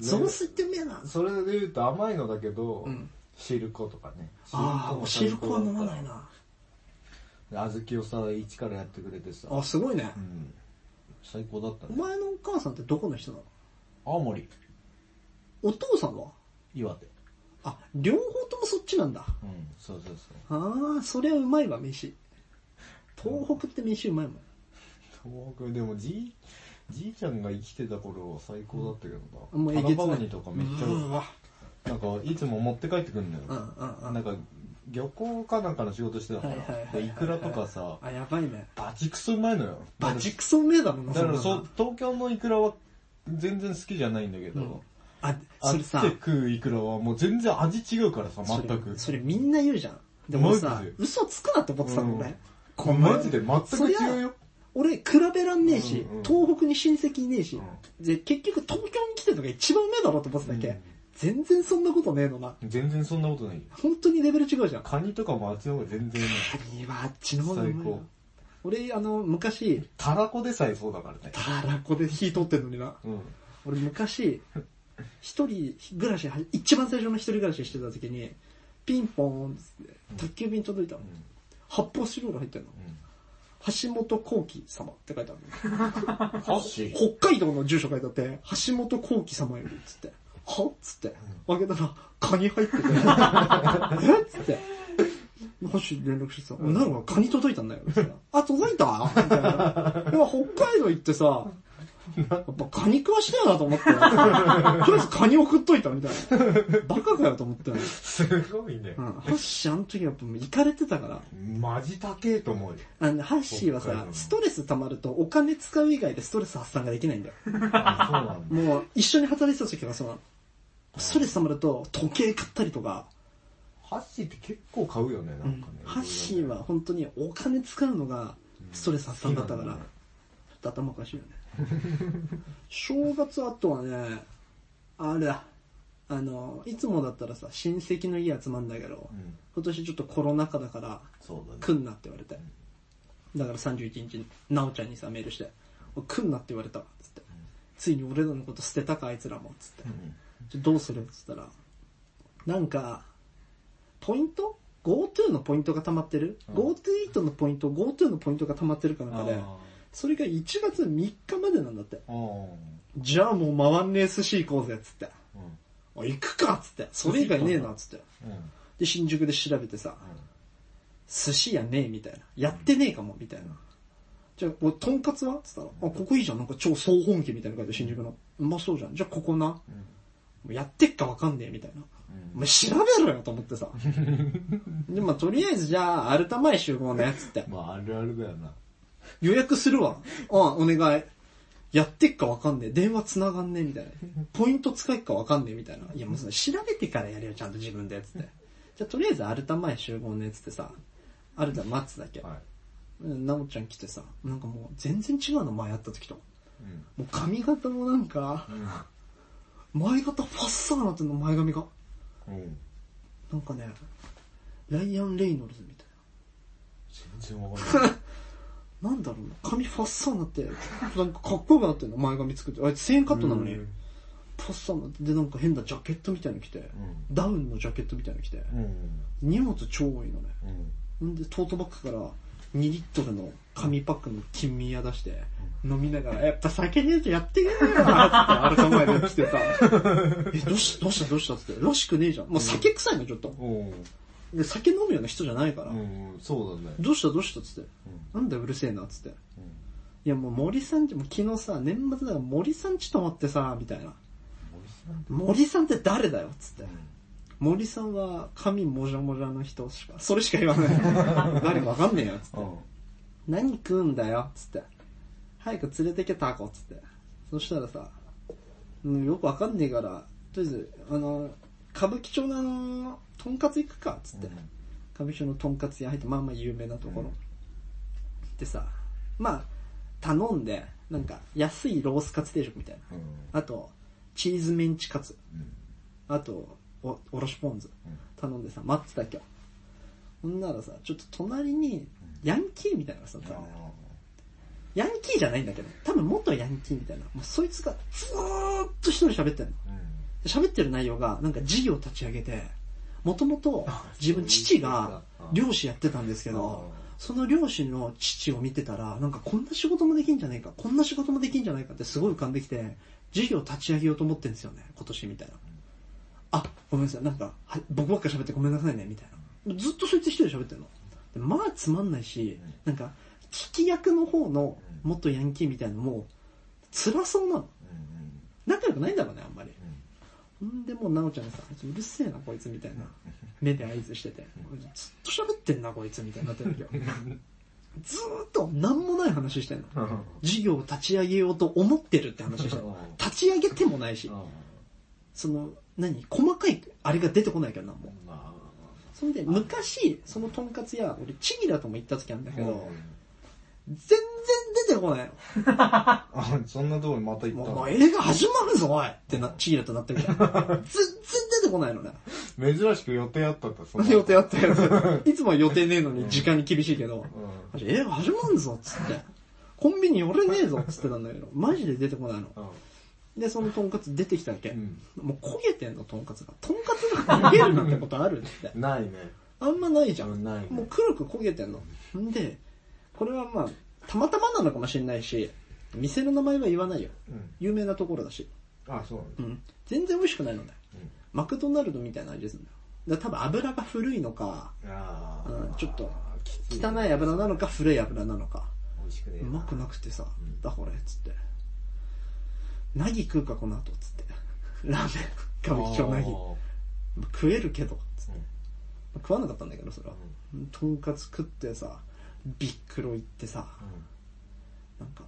[SPEAKER 1] 雑炊ってうめえな。
[SPEAKER 2] それで言うと甘いのだけど、
[SPEAKER 1] うん
[SPEAKER 2] 汁粉とかね。
[SPEAKER 1] ああ、お汁粉は飲まない
[SPEAKER 2] な。
[SPEAKER 1] な。
[SPEAKER 2] 小豆をさ、一からやってくれてさ。
[SPEAKER 1] あ、すごいね
[SPEAKER 2] う。ん。最高だった
[SPEAKER 1] お
[SPEAKER 2] ね。
[SPEAKER 1] 前のお母さんってどこの人なの
[SPEAKER 2] 青森、
[SPEAKER 1] お父さんは
[SPEAKER 2] 岩手。
[SPEAKER 1] あ、両方ともそっちなんだ。
[SPEAKER 2] うん、そうそうそう。
[SPEAKER 1] ああ、それはうまいわ、飯。東北って飯うまいもん。
[SPEAKER 2] 東北でもじい、じいちゃんが生きてた頃最高だったけどな。
[SPEAKER 1] もうえげつない
[SPEAKER 2] タラバガニとかめっちゃ、
[SPEAKER 1] うわ
[SPEAKER 2] なんかいつも持って帰ってくるんだよ。
[SPEAKER 1] うんうんうん。
[SPEAKER 2] なんか漁港かなんかの仕事してたから、でイクラとかさ、
[SPEAKER 1] あ、やばいね。
[SPEAKER 2] バチクソうまいのよ。
[SPEAKER 1] バチクソうめえだろうな、
[SPEAKER 2] だからだから
[SPEAKER 1] そんな
[SPEAKER 2] そ
[SPEAKER 1] の
[SPEAKER 2] う、東京のイクラは全然好きじゃないんだけど、
[SPEAKER 1] うんあ、
[SPEAKER 2] あ
[SPEAKER 1] そ
[SPEAKER 2] っ
[SPEAKER 1] れ
[SPEAKER 2] ち
[SPEAKER 1] さ
[SPEAKER 2] で、食うイクラはもう全然味違うからさ、
[SPEAKER 1] そ
[SPEAKER 2] 全
[SPEAKER 1] れ
[SPEAKER 2] く。
[SPEAKER 1] それみんな言うじゃん。でもさ
[SPEAKER 2] マジで、
[SPEAKER 1] 嘘つくなって思ってたもんね。こんな
[SPEAKER 2] マジで全く違うよ。
[SPEAKER 1] 俺、比べらんねえし、
[SPEAKER 2] うんうん
[SPEAKER 1] 東北に親戚いねえし、
[SPEAKER 2] う
[SPEAKER 1] で、結局東京に来てるのが一番うめえだろって思ってたっけ、
[SPEAKER 2] うん
[SPEAKER 1] 全然そんなことねえのな。
[SPEAKER 2] 全然そんなことないよ。
[SPEAKER 1] 本当にレベル違うじゃん。
[SPEAKER 2] カニとかもあっちの方が全然うまい。
[SPEAKER 1] いいわ、あっちの方がうまい
[SPEAKER 2] 最
[SPEAKER 1] わ
[SPEAKER 2] 高。
[SPEAKER 1] 俺、あの、昔、
[SPEAKER 2] たらこでさえそうだからね。
[SPEAKER 1] たらこで火通ってんのにな。
[SPEAKER 2] うん。
[SPEAKER 1] 俺昔、一人暮らし、一番最初の一人暮らししてた時に、ピンポーンっつって、宅急便届いたの。
[SPEAKER 2] うん
[SPEAKER 1] 発泡スチロール入ってんの。橋本幸喜様って書いてあるの。
[SPEAKER 2] ハッシー
[SPEAKER 1] 北海道の住所書いてあって、橋本幸喜様よ、つって。はっつって。開けたら、カニ入ってて。えっつって。ハッシーに連絡してさ、女の子がカニ届いたんだよ。つってあ、届いたみたいな。でも北海道行ってさ、やっぱカニ食わしてよなと思って。とりあえずカニ送っといたみたいな。バカかよと思って。う
[SPEAKER 2] すごいね。
[SPEAKER 1] ん。ハッシーあの時やっぱもう行かれてたから。
[SPEAKER 2] マジ高えと 思うよ。
[SPEAKER 1] あの、ハッシーは
[SPEAKER 2] 北海
[SPEAKER 1] さ
[SPEAKER 2] 道、の
[SPEAKER 1] ストレス溜まるとお金使う以外でストレス発散ができないんだよ。
[SPEAKER 2] あそうなんだ。
[SPEAKER 1] もう、一緒に働いてた時はその、ストレス溜まると時計買ったりとか、
[SPEAKER 2] ハッシーって結構買うよね、なんかね。
[SPEAKER 1] ハッシーは本当にお金使うのがストレス発散だったから、ちょっと頭おかしいよね。正月あとはね、あれだ、あの、いつもだったらさ、親戚の家集まんだけど、
[SPEAKER 2] うん。
[SPEAKER 1] 今年ちょっとコロナ禍だから、
[SPEAKER 2] そうだね。
[SPEAKER 1] 来んなって言われて。だから31日、なおちゃんにさ、メールして、おい来んなって言われた、つって。ついに俺らのこと捨てたか、あいつらも、つって。ちょどうするっつったら、なんか、ポイント ?GoTo のポイントが溜まってる、
[SPEAKER 2] うん
[SPEAKER 1] ?GoTo イートのポイント、GoTo のポイントが溜まってるかなん
[SPEAKER 2] あ
[SPEAKER 1] か
[SPEAKER 2] あ
[SPEAKER 1] で、それが1月3日までなんだって。
[SPEAKER 2] あー。
[SPEAKER 1] じゃあもう回んねえ寿司行こうぜ、つって。
[SPEAKER 2] うん。
[SPEAKER 1] あ行くか、つって。それ以外ねえな、つって。
[SPEAKER 2] うん。
[SPEAKER 1] で、新宿で調べてさ、寿司屋ねえ、みたいな。やってねえかも、みたいな。じゃあ、これとんかつはつったら、あ、ここいいじゃん。なんか超総本家みたいなの書いてある新宿の。うまそうじゃん。じゃあ、ここな。もうやってっかわかんねえ、みたいな。お前調べろよと思ってさ。で、まあ、とりあえずじゃあ、アルタ前集合ね、つって。
[SPEAKER 2] まあ、あるあるだよな。
[SPEAKER 1] 予約するわ。うん、お願い。やってっかわかんねえ。電話繋がんねえ、みたいな。ポイント使えっかわかんねえ、みたいな。いや、もうそれ調べてからやれよ、ちゃんと自分で、つって。じゃあ、とりあえずアルタ前集合ね、つってさ。アルタ待ってただけ。
[SPEAKER 2] はい。
[SPEAKER 1] なおちゃん来てさ、なんかもう全然違うの、前会った時と。
[SPEAKER 2] う
[SPEAKER 1] も
[SPEAKER 2] ん。
[SPEAKER 1] う髪型もなんか、
[SPEAKER 2] う
[SPEAKER 1] 前型ファッサーなってんの、前髪が。
[SPEAKER 2] ん。
[SPEAKER 1] なんかね、ライアン・レイノルズみたいな。
[SPEAKER 2] 全然わかんない。
[SPEAKER 1] なんだろうな、髪ファッサーになって、なんかかっこよくなってんの、前髪作って。あいつ1000円カットなのに、
[SPEAKER 2] うん
[SPEAKER 1] ファッサーになって、でなんか変なジャケットみたいなの着て、
[SPEAKER 2] ん
[SPEAKER 1] ダウンのジャケットみたいなの着て、
[SPEAKER 2] うん。
[SPEAKER 1] 荷物超多いのね。
[SPEAKER 2] うん。
[SPEAKER 1] んで、トートバッグから2リットルの紙パックの金宮出して、飲みながら、やっぱ酒ねえとやってけねえよなって、改めて来てさ、 え、どうした、どうした、どうしたっつって、らしくねえじゃん。もう酒臭いの、ちょっと。
[SPEAKER 2] うん。
[SPEAKER 1] で、酒飲むような人じゃないから、
[SPEAKER 2] うん。そうだね。
[SPEAKER 1] どうした、どうしたっつって、なんだようるせえな、っつって。
[SPEAKER 2] うん。
[SPEAKER 1] いやもう森さんちも昨日さ、年末だから森さんち泊まってさ、みたいな。森さんって誰だよっつって。森さんは髪もじゃもじゃの人しか、それしか言わない。誰かわかんねえよっつって。
[SPEAKER 2] うん。
[SPEAKER 1] 何食うんだよっつって。早く連れてけタコっつって。そしたらさ、うんよくわかんねえから、とりあえず、あの、歌舞伎町のあの、とんかつ行くかっつって。歌舞伎町のとんかつ屋入ってまあまあ有名なところ、
[SPEAKER 2] うん
[SPEAKER 1] でさまあ頼んでなんか安いロースカツ定食みたいな、
[SPEAKER 2] うん。
[SPEAKER 1] あとチーズメンチカツ
[SPEAKER 2] うん。
[SPEAKER 1] あとおおろしポン酢
[SPEAKER 2] うん
[SPEAKER 1] 頼んでさ待ってたっけほんならさちょっと隣にヤンキーみたいなのがさ、ヤンキーじゃないんだけど多分元ヤンキーみたいなもうそいつがずーっと一人喋ってんの
[SPEAKER 2] うん。
[SPEAKER 1] 喋ってる内容が、なんか事業立ち上げて、もともと自分父が漁師やってたんですけど、その漁師の父を見てたら、なんかこんな仕事もできんじゃないか、こんな仕事もできんじゃないかってすごい浮かんできて、事業立ち上げようと思ってんですよね、今年みたいな。あ、ごめんなさい、なんか、は僕ばっか喋ってごめんなさいね、みたいな。ずっとそういった人で喋ってるの。でまあつまんないし、なんか、聞き役の方の元ヤンキーみたいなのも、辛そうなの。仲良くないんだろうね、あんまり。ほんでもう、なおちゃんさ、うるせえな、こいつ、みたいな。目で合図してて。ずっと喋ってんな、こいつ、みたいになってる わけよ。ずーっと、なんもない話してんの。事業を立ち上げようと思ってるって話してんの。立ち上げてもないし。その、何細かい、あれが出てこないからなんも。そんで、昔、そのとんかつ屋、俺、チギだとも行った時あるんだけど、全然出てこないの。
[SPEAKER 2] あ、そんなとこにまた行
[SPEAKER 1] も
[SPEAKER 2] っ
[SPEAKER 1] う
[SPEAKER 2] た
[SPEAKER 1] もう
[SPEAKER 2] の。
[SPEAKER 1] 映画始まるぞ、おいってな、チギだとなってる から。全然出てこないのね。
[SPEAKER 2] 珍しく予定あったって、その
[SPEAKER 1] 予定あったや つ。いつもは予定ねえのに時間に厳しいけど、
[SPEAKER 2] う
[SPEAKER 1] マ
[SPEAKER 2] ん
[SPEAKER 1] ジ映画始まんぞっつって。コンビニ寄れねえぞっつってたんだけど、マジで出てこないの。で、そのトンカツ出てきたわけ。
[SPEAKER 2] うん
[SPEAKER 1] もう焦げてんの、トンカツが。トンカツが焦げるなんてことあるって。
[SPEAKER 2] うん。ないね。
[SPEAKER 1] あんまないじゃん。
[SPEAKER 2] ないね
[SPEAKER 1] もう黒く焦げてんの。んで、これはまあ、たまたまなのかもしれないし、店の名前は言わないよ。
[SPEAKER 2] うん。
[SPEAKER 1] 有名なところだし。
[SPEAKER 2] あ、そうなん
[SPEAKER 1] う
[SPEAKER 2] だ。
[SPEAKER 1] ん。全然美味しくないのね。
[SPEAKER 2] うん
[SPEAKER 1] マクドナルドみたいな味するんだよ。だから多分油が古いのか、
[SPEAKER 2] あー
[SPEAKER 1] うんちょっと
[SPEAKER 2] きつい
[SPEAKER 1] 汚い油なのか古い油なのか。
[SPEAKER 2] 美味しくねえ
[SPEAKER 1] うまくなくてさ、だこれ、つって。なぎ食うか、この後、つって。ラーメン、歌舞伎町なぎ。
[SPEAKER 2] あ
[SPEAKER 1] 食えるけど、つって。
[SPEAKER 2] うん
[SPEAKER 1] 食わなかったんだけど、それは。とんかつ食ってさ、ビックロ行ってさ、
[SPEAKER 2] ー
[SPEAKER 1] なんか、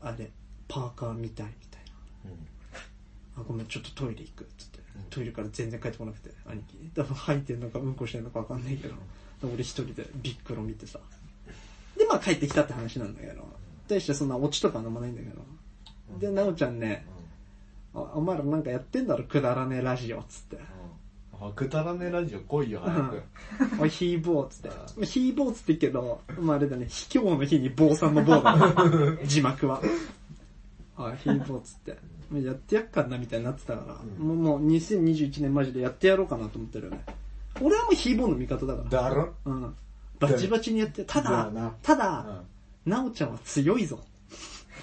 [SPEAKER 1] あれ、パーカーみたいみたいな。
[SPEAKER 2] うんうん
[SPEAKER 1] あ、ごめん、ちょっとトイレ行く、つって。トイレから全然帰ってこなくて、兄貴。多分吐いてんのか、うんこしてんのかわかんないけど。俺一人でビックロ見てさ。で、まあ帰ってきたって話なんだけど。大してそんなオチとか飲まないんだけど。で、なおちゃんね、あお前らなんかやってんだろ、くだらねえラジオ、つって。
[SPEAKER 2] うんあくだらねえラジオ来いよ、早く。
[SPEAKER 1] おい、ひーぼーつって。ひーぼーつって言うけど、まああれだね、卑怯の日に坊さんの坊だ ね。字幕は。あ、ひーぼーつって。もうやってやっかんなみたいになってたから、もうもう2021年マジでやってやろうかなと思ってるよね。俺はもうひーぼーの味方だから。
[SPEAKER 2] だろ
[SPEAKER 1] うん。バチバチにやって、た
[SPEAKER 2] だ
[SPEAKER 1] だ
[SPEAKER 2] よな、
[SPEAKER 1] た
[SPEAKER 2] う
[SPEAKER 1] だ、
[SPEAKER 2] ん。
[SPEAKER 1] なおちゃんは強いぞ。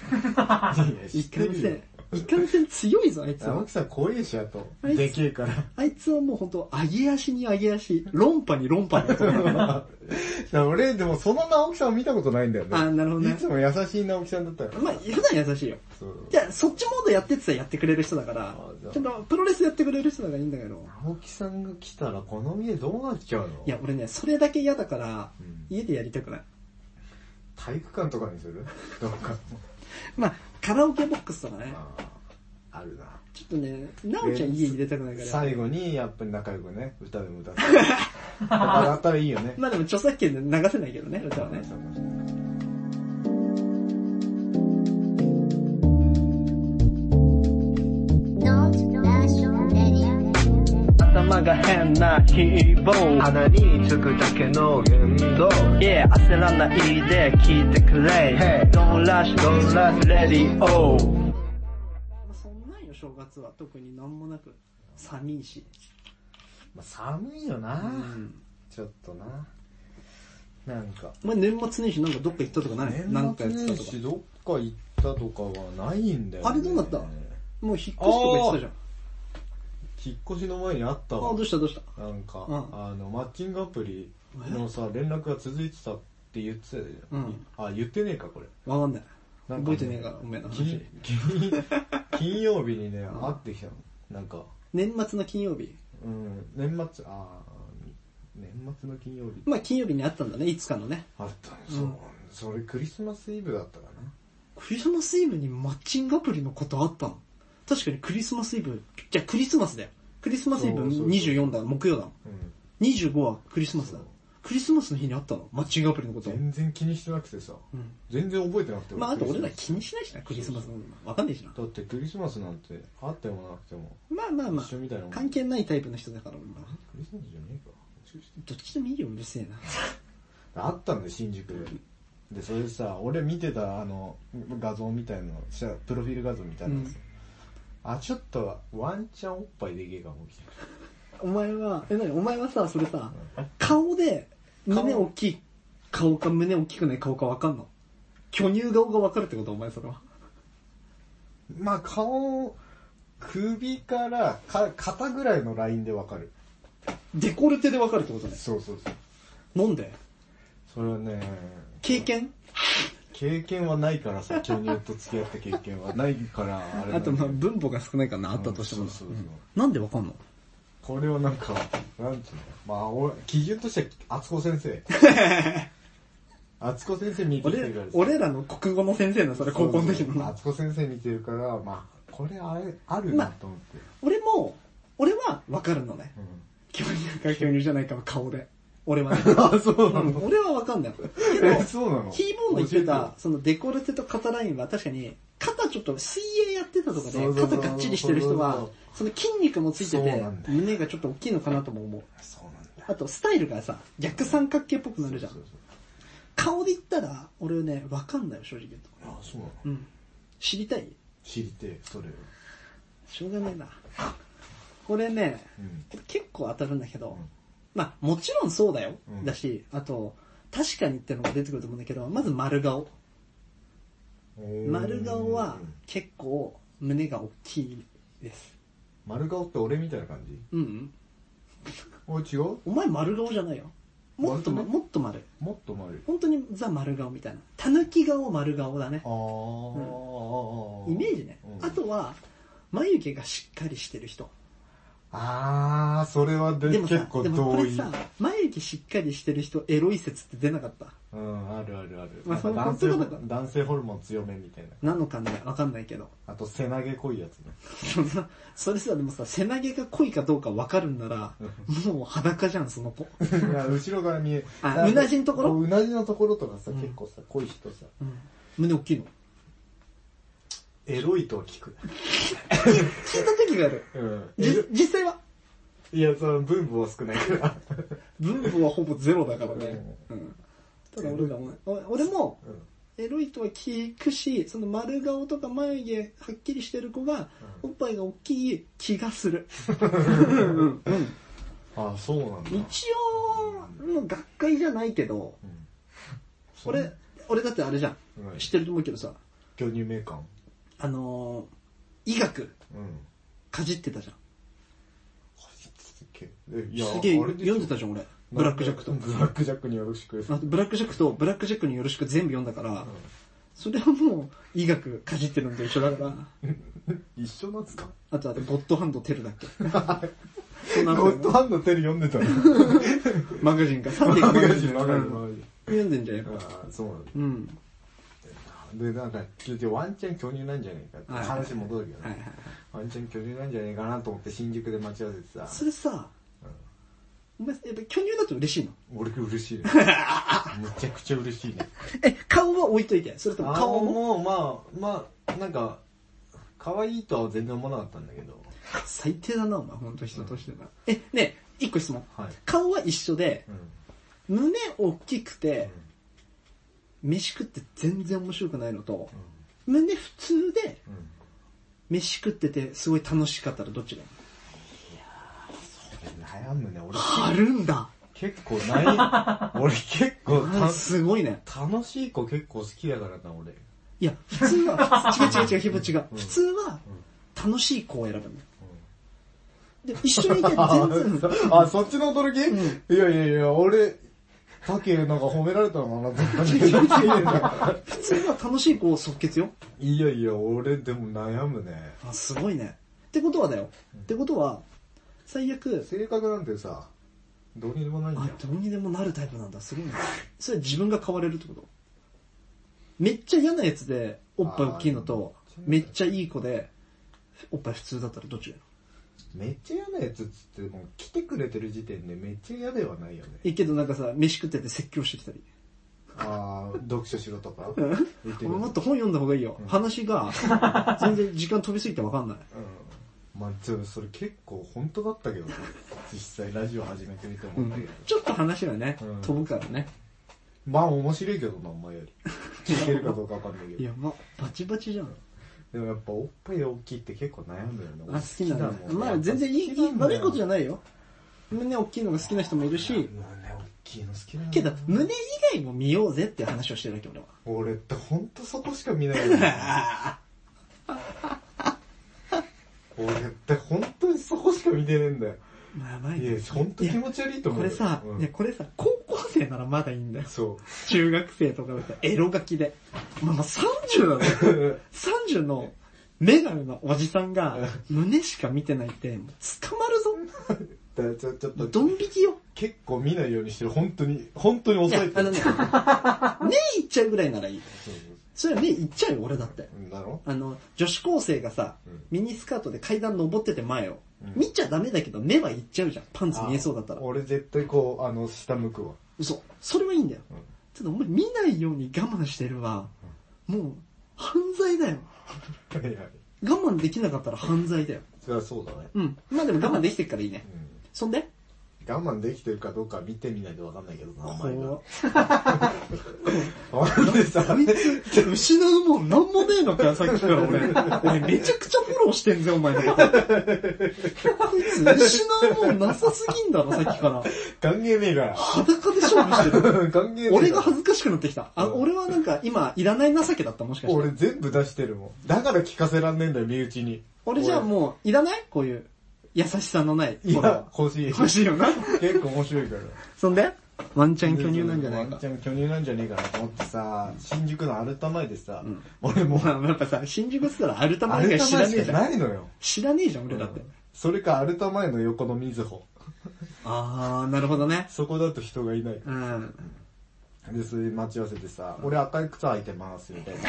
[SPEAKER 2] いや知っ
[SPEAKER 1] いか
[SPEAKER 2] て
[SPEAKER 1] ん
[SPEAKER 2] る
[SPEAKER 1] せ
[SPEAKER 2] よ
[SPEAKER 1] ん。いかんせん強いぞ、あいつは
[SPEAKER 2] 青。木さん怖えし、あと。
[SPEAKER 1] あいつ
[SPEAKER 2] でけえから。
[SPEAKER 1] あいつはもうほんと、上げ足に上げ足、論破に論破 だと思う
[SPEAKER 2] 俺、でもその直木さんを見たことないんだよね。
[SPEAKER 1] あーなるほどね
[SPEAKER 2] いつも優しい直木さんだったよ。
[SPEAKER 1] まあ、普段優しいよ。
[SPEAKER 2] そう
[SPEAKER 1] いや、そっちモードやってってたらやってくれる人だから
[SPEAKER 2] あじゃ、あ
[SPEAKER 1] ちょっとプロレスやってくれる人だからいいんだけど。
[SPEAKER 2] 青木さんが来たらこの家どうなっちゃうの
[SPEAKER 1] いや、俺ね、それだけ嫌だから
[SPEAKER 2] うん、
[SPEAKER 1] 家でやりたくない。
[SPEAKER 2] 体育館とかにする どうか。
[SPEAKER 1] まあ、カラオケボックスとかね。
[SPEAKER 2] あーあるな。
[SPEAKER 1] ちょっとね、なおちゃん家入れたくないから。
[SPEAKER 2] 最後に、やっぱり仲良くね、歌で も歌って。とかだったらいいよね。
[SPEAKER 1] まあでも著作権で流せないけどね、歌はね。
[SPEAKER 4] Not National Radio.
[SPEAKER 5] 頭が変な希望
[SPEAKER 6] 鼻につくだけの言動
[SPEAKER 5] いや焦らないで聞いてくれ
[SPEAKER 6] Hey
[SPEAKER 5] ドンラッシュドンラッシュレディオ
[SPEAKER 1] まあそんなんよ、正月は。特になんもなく。寂しい。
[SPEAKER 2] まあ、寒いよな、
[SPEAKER 1] うん。
[SPEAKER 2] ちょっとな。なんか。
[SPEAKER 1] まあ年末年始なんかどっか行ったとかないなんかやってたとか。
[SPEAKER 2] どっか行ったとかはないんだよ、ね。
[SPEAKER 1] あれどうなったもう引っ越しとか言ってたじゃん。
[SPEAKER 2] 引っ越しの前にあった
[SPEAKER 1] あ、
[SPEAKER 2] わ
[SPEAKER 1] どうしたどうした
[SPEAKER 2] なんか、
[SPEAKER 1] うん
[SPEAKER 2] あの、マッチングアプリのさ、連絡が続いてたって言ってたじゃん。
[SPEAKER 1] うん
[SPEAKER 2] あ、言ってねえか、これ。
[SPEAKER 1] わかんない。
[SPEAKER 2] なん
[SPEAKER 1] 覚えてねえから、おめえの話
[SPEAKER 2] 金。金金曜日にね、会ってきたの。なんか、
[SPEAKER 1] 年末の金曜日。
[SPEAKER 2] うん、年末、あー年末の金曜日。
[SPEAKER 1] まあ金曜日にあったんだね、いつかのね。
[SPEAKER 2] あったね、そう。それクリスマスイブだったかな。
[SPEAKER 1] クリスマスイブにマッチングアプリのことあったの確かにクリスマスイブ、じゃあクリスマスだよ。クリスマスイブ
[SPEAKER 2] そうそうそう
[SPEAKER 1] 24だ、木曜だ。
[SPEAKER 2] うん。
[SPEAKER 1] 25はクリスマスだ
[SPEAKER 2] そう。
[SPEAKER 1] クリスマスの日にあったのマッチングアプリのこと。
[SPEAKER 2] 全然気にしてなくてさ、
[SPEAKER 1] ん
[SPEAKER 2] 全然覚えてなくて。
[SPEAKER 1] まああと俺ら
[SPEAKER 2] クリス
[SPEAKER 1] 気にしないしな、クリスマスのこと。わかんないしな
[SPEAKER 2] マス。だってクリスマスなんて、あってもなくても、
[SPEAKER 1] まあまあま
[SPEAKER 2] 一緒みたいな
[SPEAKER 1] あ、
[SPEAKER 2] もん
[SPEAKER 1] 関係ないタイプの人だから俺は。
[SPEAKER 2] クリスマスじゃねえか。もしかし
[SPEAKER 1] ど
[SPEAKER 2] て
[SPEAKER 1] っちでもいいよ、うるせえな。
[SPEAKER 2] あったんだよ、新宿で。で、それでさ、俺見てたあの、画像みたいなの、しゃプロフィール画像みたいなのさ、あ、ちょっと、ワンチャンおっぱいでけえかも、みたい
[SPEAKER 1] お前は、え、なにお前はさ、それさ、顔で、胸大きい顔か胸大きくない顔かわかんの巨乳顔がわかるってことお前それは。
[SPEAKER 2] な。まあ、顔、首からか、肩ぐらいのラインでわかる。
[SPEAKER 1] デコルテでわかるってことね。
[SPEAKER 2] そうそうそう。
[SPEAKER 1] なんで
[SPEAKER 2] それはね、
[SPEAKER 1] 経験
[SPEAKER 2] 経験はないからさ、巨乳と付き合った経験はないから、あれ
[SPEAKER 1] あとまあ
[SPEAKER 2] なんだけど
[SPEAKER 1] 分母が少ないからな、あったとしてもな。
[SPEAKER 2] うんそうそうそ
[SPEAKER 1] う
[SPEAKER 2] う
[SPEAKER 1] んなんでわかんの
[SPEAKER 2] これはなんか、なんつうの、まあ、俺、基準としては、厚子先生。厚子先生見てきて
[SPEAKER 1] 俺
[SPEAKER 2] るから、
[SPEAKER 1] 俺らの国語の先生のそれ高校の時のな。
[SPEAKER 2] 厚子先生見てるから、まあ、これあれ、あるなと思って。
[SPEAKER 1] 俺も、俺はわかるのね。巨乳か巨乳じゃないかは顔で。俺 はね。あ、そうなの俺はわか んない。け
[SPEAKER 2] うん、
[SPEAKER 1] ど
[SPEAKER 2] え、、そうなの
[SPEAKER 1] キーボード言ってた、そのデコルテと肩ラインは確かに、肩ちょっと水泳やってたとか
[SPEAKER 2] そうそう
[SPEAKER 1] で、
[SPEAKER 2] そうそ
[SPEAKER 1] 肩
[SPEAKER 2] う
[SPEAKER 1] がっちりしてる人は、その筋肉もついて
[SPEAKER 2] そう
[SPEAKER 1] て
[SPEAKER 2] なん、だ
[SPEAKER 1] 胸がちょっと大きいのかなとも思う。
[SPEAKER 2] そうなんだ。
[SPEAKER 1] あと、スタイルがさ、逆三角形っぽくなるじゃん
[SPEAKER 2] そう。そう
[SPEAKER 1] 顔で言ったら、俺ね、わかんないよ、正直言うと。
[SPEAKER 2] そうあ、そうなの
[SPEAKER 1] うん。知りたい
[SPEAKER 2] 知りてえ、それ。
[SPEAKER 1] しょうがないな。これね、
[SPEAKER 2] うん。
[SPEAKER 1] これ結構当たるんだけど、
[SPEAKER 2] ん
[SPEAKER 1] まあもちろんそうだよ、
[SPEAKER 2] うん
[SPEAKER 1] だし、あと、確かにってのが出てくると思うんだけど、まず丸顔。丸顔は結構胸が大きいです。
[SPEAKER 2] 丸顔って俺みたいな感じ
[SPEAKER 1] うん、うん。
[SPEAKER 2] お違う
[SPEAKER 1] お前丸顔じゃないよ。もっと、
[SPEAKER 2] 丸くね
[SPEAKER 1] もっと丸い。
[SPEAKER 2] もっと丸い。
[SPEAKER 1] 本当にザ丸顔みたいな。たぬき顔丸顔だね
[SPEAKER 2] あ。ー
[SPEAKER 1] イメージね。
[SPEAKER 2] うん
[SPEAKER 1] あとは、眉毛がしっかりしてる人。
[SPEAKER 2] あー、それはで
[SPEAKER 1] でもさ、
[SPEAKER 2] 結構
[SPEAKER 1] でもこ
[SPEAKER 2] 遠
[SPEAKER 1] れ
[SPEAKER 2] い。
[SPEAKER 1] さ、眉毛しっかりしてる人エロい説って出なかった
[SPEAKER 2] うん、あるあるある。
[SPEAKER 1] まあその
[SPEAKER 2] なんか男性
[SPEAKER 1] 本
[SPEAKER 2] ホ
[SPEAKER 1] 当だから
[SPEAKER 2] 男性ホルモン強めみたいな。
[SPEAKER 1] なのかねわかんないけど。
[SPEAKER 2] あと背投げ濃いやつね。
[SPEAKER 1] そんなそれさ、でもさ、背投げが濃いかどうかわかるんなら、もう裸じゃん、その子。
[SPEAKER 2] いや、後ろから見え。
[SPEAKER 1] あ
[SPEAKER 2] なんか
[SPEAKER 1] うなじのところ
[SPEAKER 2] うなじのところとかさ、
[SPEAKER 1] ん
[SPEAKER 2] 結構さ、濃い人さ、
[SPEAKER 1] 胸大きいの。
[SPEAKER 2] エロいとは聞く。
[SPEAKER 1] 聞いた時がある。
[SPEAKER 2] うん。
[SPEAKER 1] じ実際はい
[SPEAKER 2] や、その分母は少ない から。
[SPEAKER 1] 分母はほぼゼロだからね。うん。ただ俺らもね、お俺も、エロいとは聞くし、その丸顔とか眉毛はっきりしてる子が、おっぱいが大きい気がする。うん うんうん
[SPEAKER 2] ああ、そうなんだ。
[SPEAKER 1] 一応、もう学会じゃないけど、
[SPEAKER 2] ん
[SPEAKER 1] 俺、俺だってあれじゃん。
[SPEAKER 2] うん
[SPEAKER 1] 知ってると思うけどさ、
[SPEAKER 2] 巨乳メーカー。
[SPEAKER 1] あのー、医学
[SPEAKER 2] うん。
[SPEAKER 1] かじってたじゃん。
[SPEAKER 2] えいや
[SPEAKER 1] すげえ
[SPEAKER 2] あれでし
[SPEAKER 1] 読
[SPEAKER 2] ょ
[SPEAKER 1] んでたじゃん俺。ブラックジャックと。
[SPEAKER 2] ブラックジャックによろしく。
[SPEAKER 1] あとブラックジャックとブラックジャックによろしく全部読んだから、それはもう医学かじってるのと一緒だから、
[SPEAKER 2] 一緒なんですか
[SPEAKER 1] あとあとゴッドハンドテルだっけ。そん
[SPEAKER 2] ゴ
[SPEAKER 1] なの
[SPEAKER 2] ッドハンドテル読 んでたの。
[SPEAKER 1] マガジンか。3点
[SPEAKER 2] マ
[SPEAKER 1] マ
[SPEAKER 2] ガ
[SPEAKER 1] ガ
[SPEAKER 2] ジ
[SPEAKER 1] ジ
[SPEAKER 2] ン、
[SPEAKER 1] ン。
[SPEAKER 2] マガジン、
[SPEAKER 1] う
[SPEAKER 2] マ
[SPEAKER 1] ん
[SPEAKER 2] ガジン。
[SPEAKER 1] 読んでんじゃんやっぱ。
[SPEAKER 2] ああ、そうなんだ。
[SPEAKER 1] うん。
[SPEAKER 2] で、なんか、聞いてワンチャン巨乳なんじゃねえかって
[SPEAKER 1] はい
[SPEAKER 2] 話戻るけど
[SPEAKER 1] はいはい
[SPEAKER 2] ね。
[SPEAKER 1] はい。
[SPEAKER 2] ワンチャン巨乳なんじゃねえかなと思って新宿で待ち合わせてさ、
[SPEAKER 1] それさ、お前、やっぱ巨乳だと嬉しいの
[SPEAKER 2] 俺 嬉しいね。むちゃくちゃ嬉しいね。
[SPEAKER 1] え、顔は置いといて。それとも顔
[SPEAKER 2] 顔
[SPEAKER 1] も
[SPEAKER 2] も、まあ、まあ、なんか、可愛いとは全然思わなかったんだけど、
[SPEAKER 1] 最低だな、お前、ほんと人としてな。え、ねえ、一個質問。
[SPEAKER 2] はい
[SPEAKER 1] 顔は一緒で、胸大きくて、飯食って全然面白くないのと、胸普通で、飯食っててすごい楽しかったらどっちがいい
[SPEAKER 2] 悩むね。俺
[SPEAKER 1] あるんだ
[SPEAKER 2] 結構な い、俺結構
[SPEAKER 1] あすごいね。
[SPEAKER 2] た楽しい子結構好きだからな、俺。
[SPEAKER 1] いや、普通は、違う違う違う、ひぼ違う。普通は、楽しい子を選ぶんだよ。でも一緒にいて全然、
[SPEAKER 2] あ、そっちの驚き、いやいやいや、俺、タケなんか褒められたのかな、 ずっ
[SPEAKER 1] 普通は楽しい子を即決よ。
[SPEAKER 2] と。いやいや、俺でも悩むね。
[SPEAKER 1] あ、すごいね。ってことはだよ。ってことは、最悪、
[SPEAKER 2] 性格なんてさ、どうにでもないんだ
[SPEAKER 1] あ
[SPEAKER 2] よ。、
[SPEAKER 1] どうにでもなるタイプなんだ。すごいね。それは自分が変われるってことめっちゃ嫌なやつで、おっぱい大きいのと
[SPEAKER 2] あー、
[SPEAKER 1] めっちゃいい子で、おっぱい普通だったらどっちがいいの
[SPEAKER 2] めっちゃ嫌なやつっつって、もう来てくれてる時点でめっちゃ嫌ではないよね。
[SPEAKER 1] え、けどなんかさ、飯食ってて説教してきたり。
[SPEAKER 2] あー読書しろとか。言って
[SPEAKER 1] お
[SPEAKER 2] く
[SPEAKER 1] 前
[SPEAKER 2] る
[SPEAKER 1] もっと本読んだ方がいいよ。話 が、全然時間飛びすぎてわかんない。
[SPEAKER 2] まあ、ちょそれ結構本当だった けどね。実際ラジオ始めてみて思ったけど。
[SPEAKER 1] ちょっと話がね
[SPEAKER 2] うん、
[SPEAKER 1] 飛ぶからね。
[SPEAKER 2] まあ面白いけどな、お前より。聞けるかどうかわかんないけ
[SPEAKER 1] い
[SPEAKER 2] ど。
[SPEAKER 1] や、ま、バチバチじゃん。
[SPEAKER 2] でもやっぱおっぱい大きいって結構悩むよね。
[SPEAKER 1] あ、好きなんだ
[SPEAKER 2] 俺好。き
[SPEAKER 1] まあ全然いい、いい悪いことじゃないよ。胸大きいのが好きな人もいるし、
[SPEAKER 2] 胸大きいの好きなんだ
[SPEAKER 1] けど、胸以外も見ようぜっていう話をしてるわけ、俺は。
[SPEAKER 2] 俺ってほんとそこしか 見ないよね。俺って本当にそこしか見てねえんだよ。
[SPEAKER 1] やばい
[SPEAKER 2] い
[SPEAKER 1] ね
[SPEAKER 2] や、本当気持ち悪いと思
[SPEAKER 1] こ
[SPEAKER 2] うよ。
[SPEAKER 1] れさ、
[SPEAKER 2] うん
[SPEAKER 1] いやこれさ、高校生ならまだいいんだよ。
[SPEAKER 2] そ
[SPEAKER 1] 中学生とかだったらエロ書きで。まあまあ30なのよ。
[SPEAKER 2] う。
[SPEAKER 1] 30のメガネのおじさんが胸しか見てないって、もう捕まるぞ。
[SPEAKER 2] だからちょちょっと、
[SPEAKER 1] ドン引きよ。
[SPEAKER 2] 結構見ないようにしてる。本当に、本当に
[SPEAKER 1] い
[SPEAKER 2] 抑
[SPEAKER 1] や
[SPEAKER 2] え、て
[SPEAKER 1] あの
[SPEAKER 2] る
[SPEAKER 1] ね。、目いっちゃうぐらいならいい。
[SPEAKER 2] そう
[SPEAKER 1] それは目いっちゃうよ、俺だって。
[SPEAKER 2] だろ
[SPEAKER 1] あの、女子高生がさ、
[SPEAKER 2] うん
[SPEAKER 1] ミニスカートで階段登ってて前を。
[SPEAKER 2] うん
[SPEAKER 1] 見ちゃダメだけど目はいっちゃうじゃん。パンツ見えそうだったら
[SPEAKER 2] あ。俺絶対こう、あの、下向くわ。
[SPEAKER 1] 嘘。それはいいんだよ。
[SPEAKER 2] うん
[SPEAKER 1] ちょっとお前見ないように我慢してるわ。もう、犯罪だよ。
[SPEAKER 2] はいはい。
[SPEAKER 1] 我慢できなかったら犯罪だよ。
[SPEAKER 2] それはそうだね。
[SPEAKER 1] うん。まあでも我慢できてるからいいね。
[SPEAKER 2] うん
[SPEAKER 1] そんで
[SPEAKER 2] 我慢できてるかどうか見てみないとわかんないけどな、お前が
[SPEAKER 1] こ。
[SPEAKER 2] なんでさ、
[SPEAKER 1] う失うもんなんもねえのかよ、さっきから俺。俺めちゃくちゃフォローしてんぜ、お前のこと。こいつ失うもんなさすぎんだろ、さっきから。
[SPEAKER 2] 歓迎ねえから。
[SPEAKER 1] 裸で勝負してる。
[SPEAKER 2] 歓迎ねえから
[SPEAKER 1] 俺が恥ずかしくなってきた。あ、
[SPEAKER 2] うん
[SPEAKER 1] 俺はなんか今、いらない情けだった、もしかして。
[SPEAKER 2] 俺全部出してるもん。だから聞かせらんねえんだよ、身内に。
[SPEAKER 1] 俺じゃあもう、いらないこういう、優しさのない。
[SPEAKER 2] い
[SPEAKER 1] フォロー
[SPEAKER 2] や、欲しい。
[SPEAKER 1] 欲しいよな。
[SPEAKER 2] 結構面白いから。
[SPEAKER 1] そんでワンチャン巨乳なんじゃない
[SPEAKER 2] ワン
[SPEAKER 1] か
[SPEAKER 2] チ。ャン巨乳なんじゃねえかなと思ってさ、新宿のアルタ前でさ、
[SPEAKER 1] ん
[SPEAKER 2] 俺もう、
[SPEAKER 1] まあやっぱさ、新宿っつったらアルタマ
[SPEAKER 2] ア
[SPEAKER 1] 以外
[SPEAKER 2] ルタ
[SPEAKER 1] 知ら
[SPEAKER 2] 前
[SPEAKER 1] ね
[SPEAKER 2] し
[SPEAKER 1] え
[SPEAKER 2] か
[SPEAKER 1] じゃん。
[SPEAKER 2] ないのよ。
[SPEAKER 1] 知らねえじゃん、俺だって。
[SPEAKER 2] それかアルタ前の横の水穂。
[SPEAKER 1] あー、なるほどね。
[SPEAKER 2] そこだと人がいない。
[SPEAKER 1] うん。
[SPEAKER 2] で、それで待ち合わせてさ、俺赤い靴履いてます、みたいな。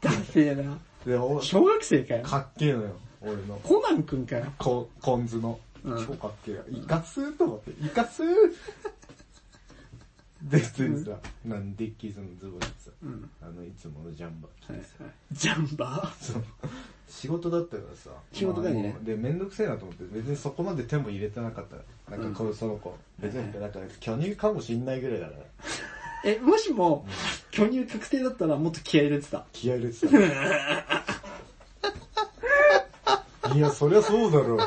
[SPEAKER 1] だせえな。
[SPEAKER 2] で、お
[SPEAKER 1] 小学生かよ。
[SPEAKER 2] かっけえのよ、俺の。
[SPEAKER 1] コナンくんかよ。
[SPEAKER 2] こ、コンズの。
[SPEAKER 1] うん
[SPEAKER 2] 超かっけえ。イカスーと思って、イカ スーで、普通にさ、なんデッキーズのズボンでさ、
[SPEAKER 1] ん
[SPEAKER 2] あの、いつものジャンバー着てさ、
[SPEAKER 1] ジャンバ
[SPEAKER 2] そう仕事だったからさ。
[SPEAKER 1] 仕事帰りね
[SPEAKER 2] まあで、めんどくせえなと思って、別にそこまで手も入れてなかった。なんかこう、その子。別に、なんか巨乳かもしんないぐらいだから。
[SPEAKER 1] ー。え、もしも、巨乳確定だったらもっと気合い入れてた。
[SPEAKER 2] 気合入れて た。いや、そりゃそうだろう。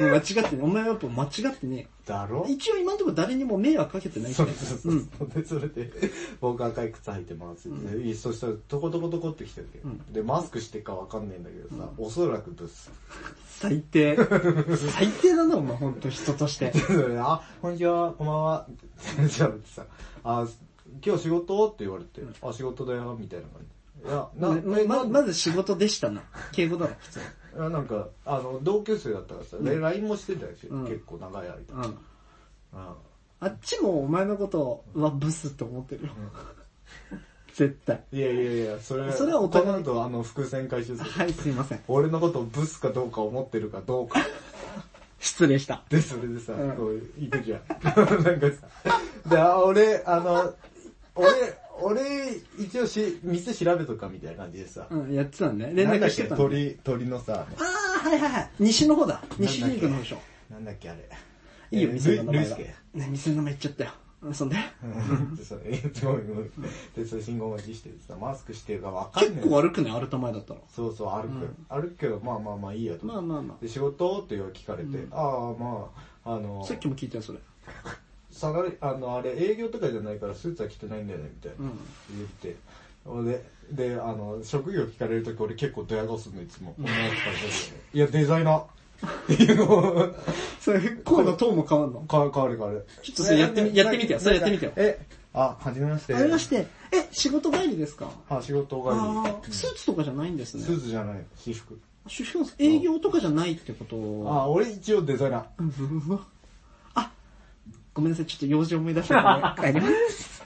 [SPEAKER 1] もう間違ってね。お前はやっぱ間違ってね
[SPEAKER 2] だろ
[SPEAKER 1] えよ一応今んところ誰にも迷惑かけてないか
[SPEAKER 2] そ
[SPEAKER 1] ら
[SPEAKER 2] うそうそう。で、それで、僕赤い靴履いてますって、でそしたら、トコトコトコって来てるけど、で、マスクしてっかわかんないんだけどさ、おそらくブス。
[SPEAKER 1] 最低。最低だな、お前ほんと人として。
[SPEAKER 2] あ、こんにちは、こんばんは。ってじゃあさ、あ、今日仕事って言われて、あ、仕事だよ、みたいな感じ。いや、な、
[SPEAKER 1] ま
[SPEAKER 2] え
[SPEAKER 1] ま
[SPEAKER 2] な
[SPEAKER 1] まず仕事でしたな。敬語だろ、普通。
[SPEAKER 2] いやなんか、あの、同級生だったからさ、で LINE もしてたし、
[SPEAKER 1] うん
[SPEAKER 2] 結構長い間。
[SPEAKER 1] う
[SPEAKER 2] うん
[SPEAKER 1] ん。あっちもお前のことはブスって思ってるよ。絶対。
[SPEAKER 2] いやいやいや、それ、
[SPEAKER 1] それはお互い
[SPEAKER 2] この後、あの、伏線回収する。
[SPEAKER 1] はい、すいません。
[SPEAKER 2] 俺のことをブスかどうか思ってるかどうか。
[SPEAKER 1] 失礼した。
[SPEAKER 2] で、それでさ、
[SPEAKER 1] うん
[SPEAKER 2] こう、行くじゃん。 なんかさ、で、あ俺、あの、俺、俺、一応し、店調べとかみたいな感じでさ、
[SPEAKER 1] うん、やってたんだね。連
[SPEAKER 2] なんだ
[SPEAKER 1] 絡
[SPEAKER 2] っ
[SPEAKER 1] し
[SPEAKER 2] け
[SPEAKER 1] てたんだね。
[SPEAKER 2] 鳥、鳥のさ、
[SPEAKER 1] あー、はいはいはい。西の方だ。西リーグの方でしょ。
[SPEAKER 2] なんだっけあれ。
[SPEAKER 1] いいよ、
[SPEAKER 2] え
[SPEAKER 1] 店の名前
[SPEAKER 2] ルイルイス
[SPEAKER 1] が。
[SPEAKER 2] ケ
[SPEAKER 1] ね、店の名前言っちゃったよ。うんそんで
[SPEAKER 2] うんで、そう、えごめんごめんで、そう、信号待ちしててさ、マスクしてるかわかん
[SPEAKER 1] 結
[SPEAKER 2] ない。
[SPEAKER 1] 構歩くね、アルタ前だったら。
[SPEAKER 2] そうそう、歩く。歩くけど、まあまあまあいいやと。
[SPEAKER 1] まあまあま
[SPEAKER 2] で、仕事って聞かれて、ああ、まあ、あ
[SPEAKER 1] あ。
[SPEAKER 2] の
[SPEAKER 1] さ、っきも聞いたよ、それ。
[SPEAKER 2] 下がり、あの、あれ、営業とかじゃないからスーツは着てないんだよね、みたいな。
[SPEAKER 1] うん
[SPEAKER 2] 言って。俺で、あの、職業聞かれるとき俺結構ドヤ顔するの、いつも。女の子からしたらいや、デザイナー。っていうの を、
[SPEAKER 1] それ、声のトーンも変わんの
[SPEAKER 2] か、変わる変わる。
[SPEAKER 1] ちょっとそれやってみ、やってみてよ。それやってみてよ。
[SPEAKER 2] え、あ、はじめまして。
[SPEAKER 1] あれまして、え、仕事帰りですか
[SPEAKER 2] あ、仕事帰
[SPEAKER 1] ああ
[SPEAKER 2] り。
[SPEAKER 1] スーツとかじゃないんですね
[SPEAKER 2] ス。ーツじゃない、私服。
[SPEAKER 1] 出社営業とかじゃないってこと
[SPEAKER 2] あ、俺一応デザイナー。
[SPEAKER 1] うわあ、ごめんなさい、ちょっと用事思い出したので、帰ります。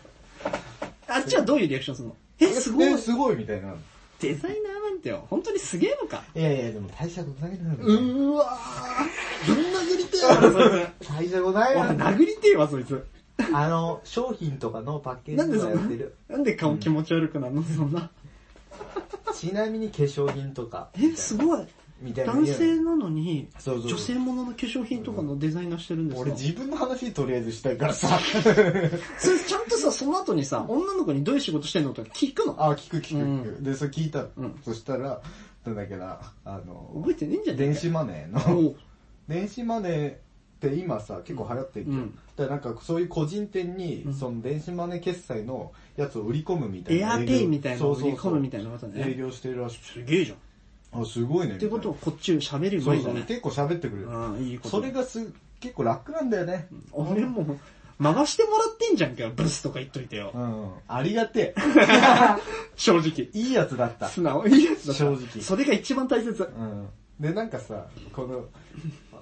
[SPEAKER 1] あっちはどういうリアクションするのえ、すごい
[SPEAKER 2] え、すごいみたいな。
[SPEAKER 1] デザイナーなんてよ、本当にすげえのか
[SPEAKER 2] いやいや、でも大したことないな。
[SPEAKER 1] うーわーぶん殴りてえわ、そい
[SPEAKER 2] 大したことな
[SPEAKER 1] つ。
[SPEAKER 2] い
[SPEAKER 1] お
[SPEAKER 2] な。
[SPEAKER 1] 前殴りてえわ、そい つ。
[SPEAKER 2] あの、商品とかのパッケ
[SPEAKER 1] な
[SPEAKER 2] ー
[SPEAKER 1] ん
[SPEAKER 2] ジ
[SPEAKER 1] で
[SPEAKER 2] と
[SPEAKER 1] そ
[SPEAKER 2] か
[SPEAKER 1] ん
[SPEAKER 2] や
[SPEAKER 1] な
[SPEAKER 2] ってる。、
[SPEAKER 1] なんで顔気持ち悪くなるの、そんな。
[SPEAKER 2] ちなみに化粧品とか。
[SPEAKER 1] え、すごい。
[SPEAKER 2] みたいな
[SPEAKER 1] 男性なのに、
[SPEAKER 2] そうそう
[SPEAKER 1] 女性ものの化粧品とかのデザイナーしてるんです
[SPEAKER 2] 俺
[SPEAKER 1] よ。
[SPEAKER 2] 自分の話とりあえずしたいか らさ。
[SPEAKER 1] それちゃんとさ、その後にさ、女の子にどういう仕事してんのとか聞くの
[SPEAKER 2] あ、聞く聞く聞く。で、それ聞いたの。
[SPEAKER 1] うん
[SPEAKER 2] そしたら、なんだっけな、あの、
[SPEAKER 1] 覚えてねえんじゃね
[SPEAKER 2] 電子マネー
[SPEAKER 1] お
[SPEAKER 2] の
[SPEAKER 1] う、
[SPEAKER 2] 電子マネーって今さ、結構流行ってるじゃん。
[SPEAKER 1] うん
[SPEAKER 2] だからなんかそういう個人店に、その電子マネー決済のやつを売り込むみたい
[SPEAKER 1] エ
[SPEAKER 2] な
[SPEAKER 1] ア
[SPEAKER 2] 営業。
[SPEAKER 1] ペイみたいなの
[SPEAKER 2] そ
[SPEAKER 1] を
[SPEAKER 2] う
[SPEAKER 1] 売
[SPEAKER 2] そうそう
[SPEAKER 1] り込むみたいなことね。
[SPEAKER 2] 営業してるらし
[SPEAKER 1] すげえじゃん。っ
[SPEAKER 2] く。あ、すごいね。
[SPEAKER 1] てことは
[SPEAKER 2] み
[SPEAKER 1] こっち喋りう
[SPEAKER 2] た
[SPEAKER 1] ま
[SPEAKER 2] い
[SPEAKER 1] いじ
[SPEAKER 2] なそ
[SPEAKER 1] ゃ
[SPEAKER 2] う
[SPEAKER 1] な
[SPEAKER 2] そう、
[SPEAKER 1] い。
[SPEAKER 2] 結構喋ってくれる。
[SPEAKER 1] うん、いいこと。
[SPEAKER 2] それ、がす、結構楽なんだよね。
[SPEAKER 1] 俺も、回してもらってんじゃんかよ、ブスとか言っといてよ
[SPEAKER 2] う。ん。ありがて
[SPEAKER 1] 正直。
[SPEAKER 2] え。いいやつだった。
[SPEAKER 1] 素直。いいやつだった
[SPEAKER 2] 正直
[SPEAKER 1] それが一番大切。
[SPEAKER 2] うん。で、なんかさ、この、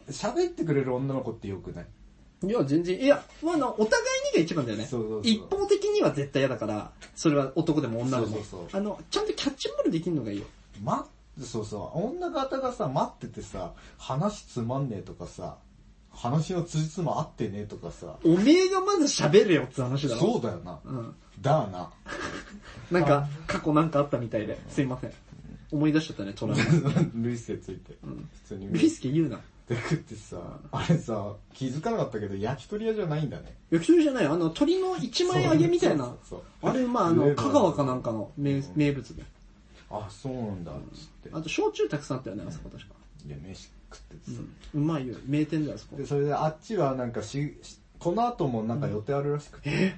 [SPEAKER 2] 喋ってくれる女の子ってよくない
[SPEAKER 1] いや、全然、いや、まあな、お互いにが一番だよね。
[SPEAKER 2] そうそうそう
[SPEAKER 1] 一方的には絶対嫌だから、それは男でも女でも。
[SPEAKER 2] そうそうそ
[SPEAKER 1] あの、ちゃんとキャッチボールできるのがいいよ。
[SPEAKER 2] ま、そうそう、女方がさ、待っててさ、話つまんねえとかさ、話の辻つま合ってねえとかさ、
[SPEAKER 1] おめえがまず喋れよって話だろ。
[SPEAKER 2] そうだよな。
[SPEAKER 1] うん。
[SPEAKER 2] だーな。
[SPEAKER 1] なんか、過去なんかあったみたいで、すいません。思い出しちゃったね、ト ラウマ。
[SPEAKER 2] ルイスケついて。普通に。
[SPEAKER 1] ビスケ言うな。
[SPEAKER 2] で食ってさ、あれさ、気づかなかったけど、焼き鳥屋じゃないんだね。
[SPEAKER 1] 焼き鳥じゃないよあの、鳥の一枚揚げみたい
[SPEAKER 2] そ
[SPEAKER 1] な
[SPEAKER 2] う。そうそう
[SPEAKER 1] あれ、まあ、あ
[SPEAKER 2] 名
[SPEAKER 1] の、
[SPEAKER 2] 物
[SPEAKER 1] 香川かなんかの名名物で。
[SPEAKER 2] あ、そうなんだ、つって。
[SPEAKER 1] あと、焼酎たくさんあったよね、あそこ確か。
[SPEAKER 2] で、飯食っててさ。
[SPEAKER 1] うまいよ。名店だよ、あそこ
[SPEAKER 2] で、。それであっちはなんかし、しこの後もなんか予定あるらしくて、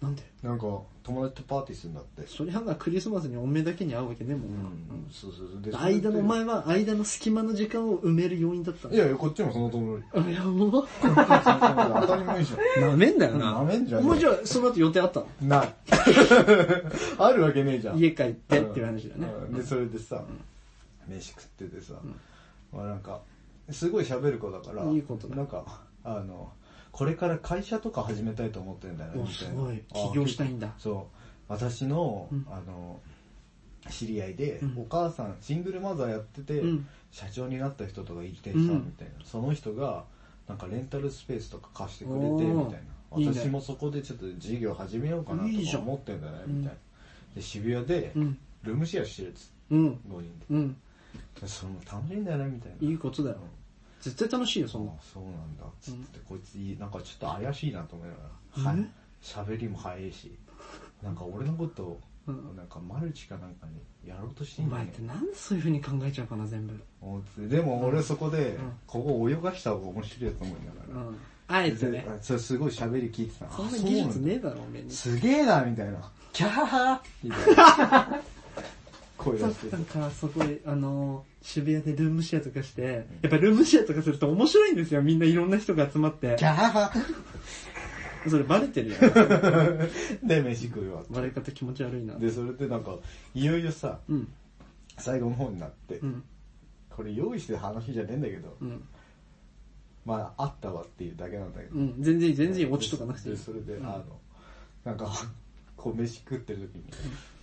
[SPEAKER 1] なんで
[SPEAKER 2] なんか友達とパーティーするんだって。
[SPEAKER 1] そりゃがクリスマスにおめえだけに会うわけねえもんな。
[SPEAKER 2] うん、そうそうそう。で
[SPEAKER 1] 間のお。
[SPEAKER 2] そ
[SPEAKER 1] 前は、間の隙間の時間を埋める要因だった
[SPEAKER 2] れでいやいや、こっちもその通り。
[SPEAKER 1] あ、やば。
[SPEAKER 2] 当たり前じ
[SPEAKER 1] なめんだよな。
[SPEAKER 2] 舐めんじゃねえ
[SPEAKER 1] もうじゃあ、その後予定あったの
[SPEAKER 2] ゃん。ない。 あるわけねえじゃん。
[SPEAKER 1] 家帰ってっていう話だよね。
[SPEAKER 2] うんで、それでさ、飯食っててさ、まあなんか、すごい喋る子だから、
[SPEAKER 1] いいことだ
[SPEAKER 2] なんか、あの、これから会社とか始めたいと思ってんだよね、
[SPEAKER 1] お
[SPEAKER 2] みたい
[SPEAKER 1] すご。
[SPEAKER 2] ない
[SPEAKER 1] 起業したいんだ
[SPEAKER 2] あそう。私の
[SPEAKER 1] ん、
[SPEAKER 2] あの、知り合いで
[SPEAKER 1] うん、
[SPEAKER 2] お母さん、シングルマザーやってて
[SPEAKER 1] うん、
[SPEAKER 2] 社長になった人とかいてさ、
[SPEAKER 1] う
[SPEAKER 2] み
[SPEAKER 1] ん
[SPEAKER 2] たいな。その人が、なんかレンタルスペースとか貸してくれて、
[SPEAKER 1] おー
[SPEAKER 2] みたい
[SPEAKER 1] いいね
[SPEAKER 2] な。私もそこでちょっと事業始めようかない
[SPEAKER 1] い
[SPEAKER 2] と
[SPEAKER 1] じゃ
[SPEAKER 2] か
[SPEAKER 1] ん
[SPEAKER 2] 思ってんだね、みたいな。で、渋谷で
[SPEAKER 1] うん、
[SPEAKER 2] ルームシェアしてるっつって、
[SPEAKER 1] うん。
[SPEAKER 2] 5人で
[SPEAKER 1] うん。
[SPEAKER 2] で。その楽しいんだよね、みたいな。
[SPEAKER 1] いいことだよ。絶対楽しいよ、そんな
[SPEAKER 2] あ。そうなんだっつって、こいついいなんかちょっと怪しいなと思いながら、
[SPEAKER 1] う
[SPEAKER 2] は
[SPEAKER 1] ん
[SPEAKER 2] い、喋りも早いしなんか俺のことを、なんかマルチかなんかにやろうとして
[SPEAKER 1] お
[SPEAKER 2] んだよ
[SPEAKER 1] 前っ
[SPEAKER 2] ね
[SPEAKER 1] てなんでそういう風に考えちゃうかな、全部。
[SPEAKER 2] 思ってでも俺そこで、
[SPEAKER 1] ん
[SPEAKER 2] ここ泳がした方が面白いと思いな
[SPEAKER 1] う
[SPEAKER 2] がら、
[SPEAKER 1] ん。あえてね。
[SPEAKER 2] でそれすごい喋り聞いてたの
[SPEAKER 1] そんな
[SPEAKER 2] あう
[SPEAKER 1] 技
[SPEAKER 2] だ
[SPEAKER 1] 術ねえだろ、おめえに。
[SPEAKER 2] すげえなみたいなキャハハみたいな 声出して
[SPEAKER 1] な
[SPEAKER 2] て
[SPEAKER 1] んか、そこへ、あのー、渋谷でルームシェアとかして、やっぱルームシェアとかすると面白いんですよ。みんないろんな人が集まって
[SPEAKER 2] キ。ャハハ
[SPEAKER 1] それバレてるよ。
[SPEAKER 2] で飯食うよ
[SPEAKER 1] バレ方気持ち悪いな。
[SPEAKER 2] でそれでなんかいよいよさ
[SPEAKER 1] うん。
[SPEAKER 2] 最後の方になって、
[SPEAKER 1] うん。
[SPEAKER 2] これ用意してる話じゃねえんだけど、
[SPEAKER 1] うん。
[SPEAKER 2] まああったわっていうだけなんだけど、
[SPEAKER 1] うん。全然いい、全然いい。落ちとかなくていい
[SPEAKER 2] で。それで、あのなんか こう飯食ってる時に、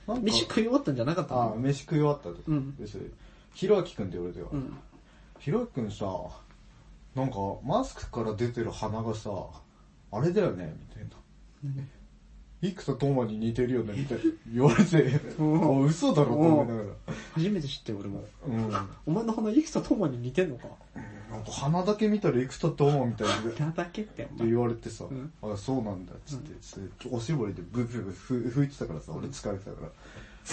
[SPEAKER 2] なんか
[SPEAKER 1] 飯食い終わったんじゃなかった
[SPEAKER 2] あ
[SPEAKER 1] の
[SPEAKER 2] 飯食い終わった時、
[SPEAKER 1] うん
[SPEAKER 2] でそれひろあきくんって言われてよ、
[SPEAKER 1] うん。
[SPEAKER 2] ひろあきくんさなんかマスクから出てる鼻がさあれだよねみたいな生田斗真に似てるよねみたいな言われて
[SPEAKER 1] うん
[SPEAKER 2] あ嘘だろと思いながら
[SPEAKER 1] 初めて知ったよ、俺も。
[SPEAKER 2] うん
[SPEAKER 1] お前の鼻、生田斗真に似てんのか
[SPEAKER 2] なんか鼻だけ見たら生田斗真みたいな
[SPEAKER 1] 鼻だけって、
[SPEAKER 2] っ
[SPEAKER 1] お
[SPEAKER 2] て
[SPEAKER 1] 前。
[SPEAKER 2] 言われてさ、
[SPEAKER 1] ん
[SPEAKER 2] あ、そうなんだっつって、つっておしぼりでブーブーブーふ拭いてたからさ、俺疲れてたか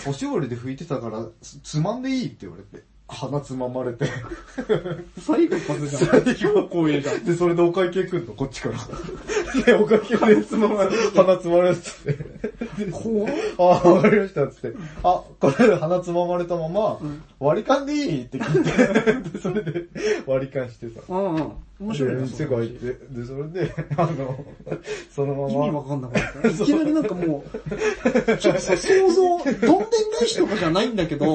[SPEAKER 2] ら、おしぼりで拭いてたから、つつまんでいいって言われて、鼻つままれて、
[SPEAKER 1] 最後パスじゃん。超光栄じゃん。
[SPEAKER 2] で、それでお会計来んの、こっちから。で、お会計でつままれ、鼻つまれっつって。で
[SPEAKER 1] 怖っ
[SPEAKER 2] あ、わかりましたっつって、あ、これ鼻つままれたまま、割り勘でいいって聞いて、で それで割り勘してさ。
[SPEAKER 1] うんうん。面白い
[SPEAKER 2] で
[SPEAKER 1] な。そ
[SPEAKER 2] 店
[SPEAKER 1] の話
[SPEAKER 2] が行って、で、それで、 あの、そのまま。
[SPEAKER 1] 意味わかんなかった。いきなりなんかもう、ちょっとさ、想像、どんでん返しとかじゃないんだけど、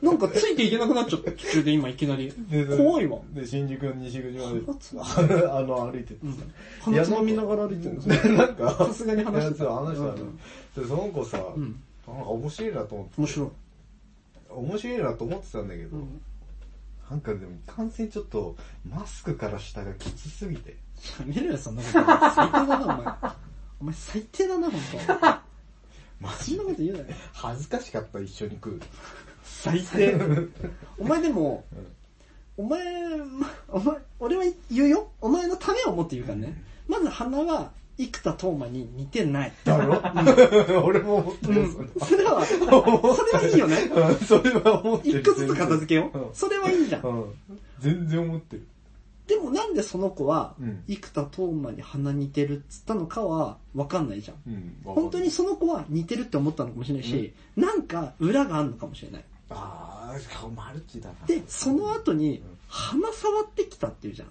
[SPEAKER 1] なんかついていけなくなっちゃった途中で今いきなり
[SPEAKER 2] で。
[SPEAKER 1] 怖いわ。
[SPEAKER 2] で、新宿の西口ま
[SPEAKER 1] 鼻つ
[SPEAKER 2] で、あの、歩いててさ。
[SPEAKER 1] 鼻つまみながら歩いてるんですよ
[SPEAKER 2] るなんか、
[SPEAKER 1] さすがに話してた
[SPEAKER 2] いやそう話してた
[SPEAKER 1] うん
[SPEAKER 2] ので、その子さ、なんか面白いなと思って。
[SPEAKER 1] 面白い。
[SPEAKER 2] 面白いなと思ってたんだけど、なんかでも、感染ちょっと、マスクから下がきつすぎて。
[SPEAKER 1] やめろよ、そんなこと。最低だな、お前。お前最低だな、ほんと。
[SPEAKER 2] マ
[SPEAKER 1] そんなこと言うなよ。
[SPEAKER 2] 恥ずかしかった、一緒に食う。
[SPEAKER 1] 最低。お前でも、お前、お前、俺は言うよ。お前のためを思って言うからね。まず鼻は、生田斗真に似てない。
[SPEAKER 2] だろ 俺も思って
[SPEAKER 1] う
[SPEAKER 2] る、それ
[SPEAKER 1] ん。それは、それはいいよね。
[SPEAKER 2] うん それは思ってる。
[SPEAKER 1] 一個ずつ片付けよ
[SPEAKER 2] うん
[SPEAKER 1] う。それはいいじゃん。
[SPEAKER 2] うん。全然思ってる。
[SPEAKER 1] でもなんでその子は
[SPEAKER 2] うん、
[SPEAKER 1] 生田斗真に鼻似てるっつったのかは、わかんないじゃん。
[SPEAKER 2] うん。わかる
[SPEAKER 1] 本当にその子は似てるって思ったのかもしれないし、なんか裏があるのかもしれない。
[SPEAKER 2] あー、しかもマルチだな。
[SPEAKER 1] で、その後に
[SPEAKER 2] うん、
[SPEAKER 1] 鼻触ってきたっていうじゃん。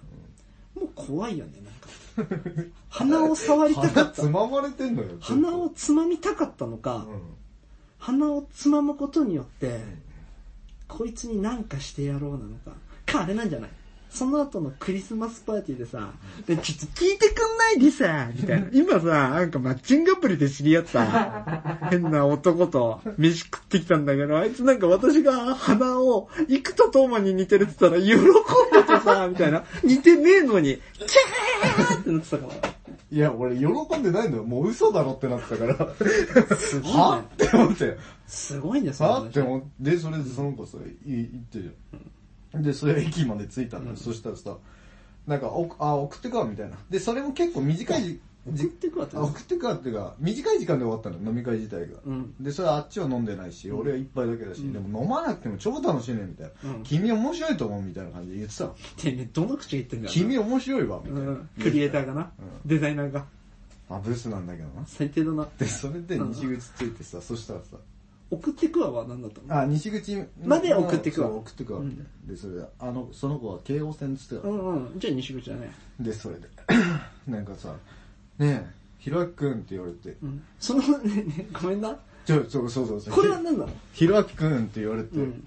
[SPEAKER 1] もう怖いよね、なんか。鼻を触りたか
[SPEAKER 2] 鼻
[SPEAKER 1] った
[SPEAKER 2] つ。ままれてんのよ。ちょっと
[SPEAKER 1] 鼻を、つまみたかったのか、
[SPEAKER 2] う
[SPEAKER 1] 鼻をつまむことによって、こいつになんかしてやろうなのか。か、あれなんじゃないその後のクリスマスパーティーでさ、でちょっと聞いてくんないでさ、みたいな。今さ、なんかマッチングアプリで知り合 った、変な男と飯食ってきたんだけど、あいつなんか私が鼻を、幾とトーマに似てるって言ったら、喜んでて さ、みたいな。似てねえのに、キャーってなってたから。
[SPEAKER 2] ん。いや、俺喜んでないのよ。もう嘘だろってなってたから。
[SPEAKER 1] すごいね
[SPEAKER 2] はって思って。
[SPEAKER 1] すごいんです
[SPEAKER 2] さあって思って、で、それでその子さ、い行ってるよ。で、それ駅まで着いたんだよ。そしたらさ、なんか、おあ、送ってくわ、みたいな。で、それも結構短いじ、
[SPEAKER 1] 送ってくわって
[SPEAKER 2] あ送ってくわっていうか、短い時間で終わったの、飲み会自体が。
[SPEAKER 1] うん
[SPEAKER 2] で、それあっちは飲んでないし、俺は一杯だけだし、でも飲まなくても超楽しいね、みたいな。
[SPEAKER 1] うん
[SPEAKER 2] 君面白いと思う、みたいな感じで言ってたの。
[SPEAKER 1] てめえ、どの口が言ってんだよ。
[SPEAKER 2] 君面白いわ、みた
[SPEAKER 1] う
[SPEAKER 2] いな。
[SPEAKER 1] ん、クリエイターがな、デザイナーが、
[SPEAKER 2] あ、ブスなんだけどな。
[SPEAKER 1] 最低だな。
[SPEAKER 2] で、それで西口ついてさ、そしたらさ、
[SPEAKER 1] 送ってくわは何だったの
[SPEAKER 2] あ、西口の
[SPEAKER 1] まで送ってくわ
[SPEAKER 2] そう送ってくわ、みたいな。で、それで、あの、その子は京王線っつってた
[SPEAKER 1] う
[SPEAKER 2] の
[SPEAKER 1] んうん。じゃあ西口だね。
[SPEAKER 2] で、それで。 なんかさ、ねえ、ひろあきくんって言われて
[SPEAKER 1] う、ん。その、ね、ね、ごめんな。
[SPEAKER 2] ちょ、ちょ、そうそうそう。
[SPEAKER 1] これは何なの
[SPEAKER 2] ひろあきくんって言われて、
[SPEAKER 1] うん。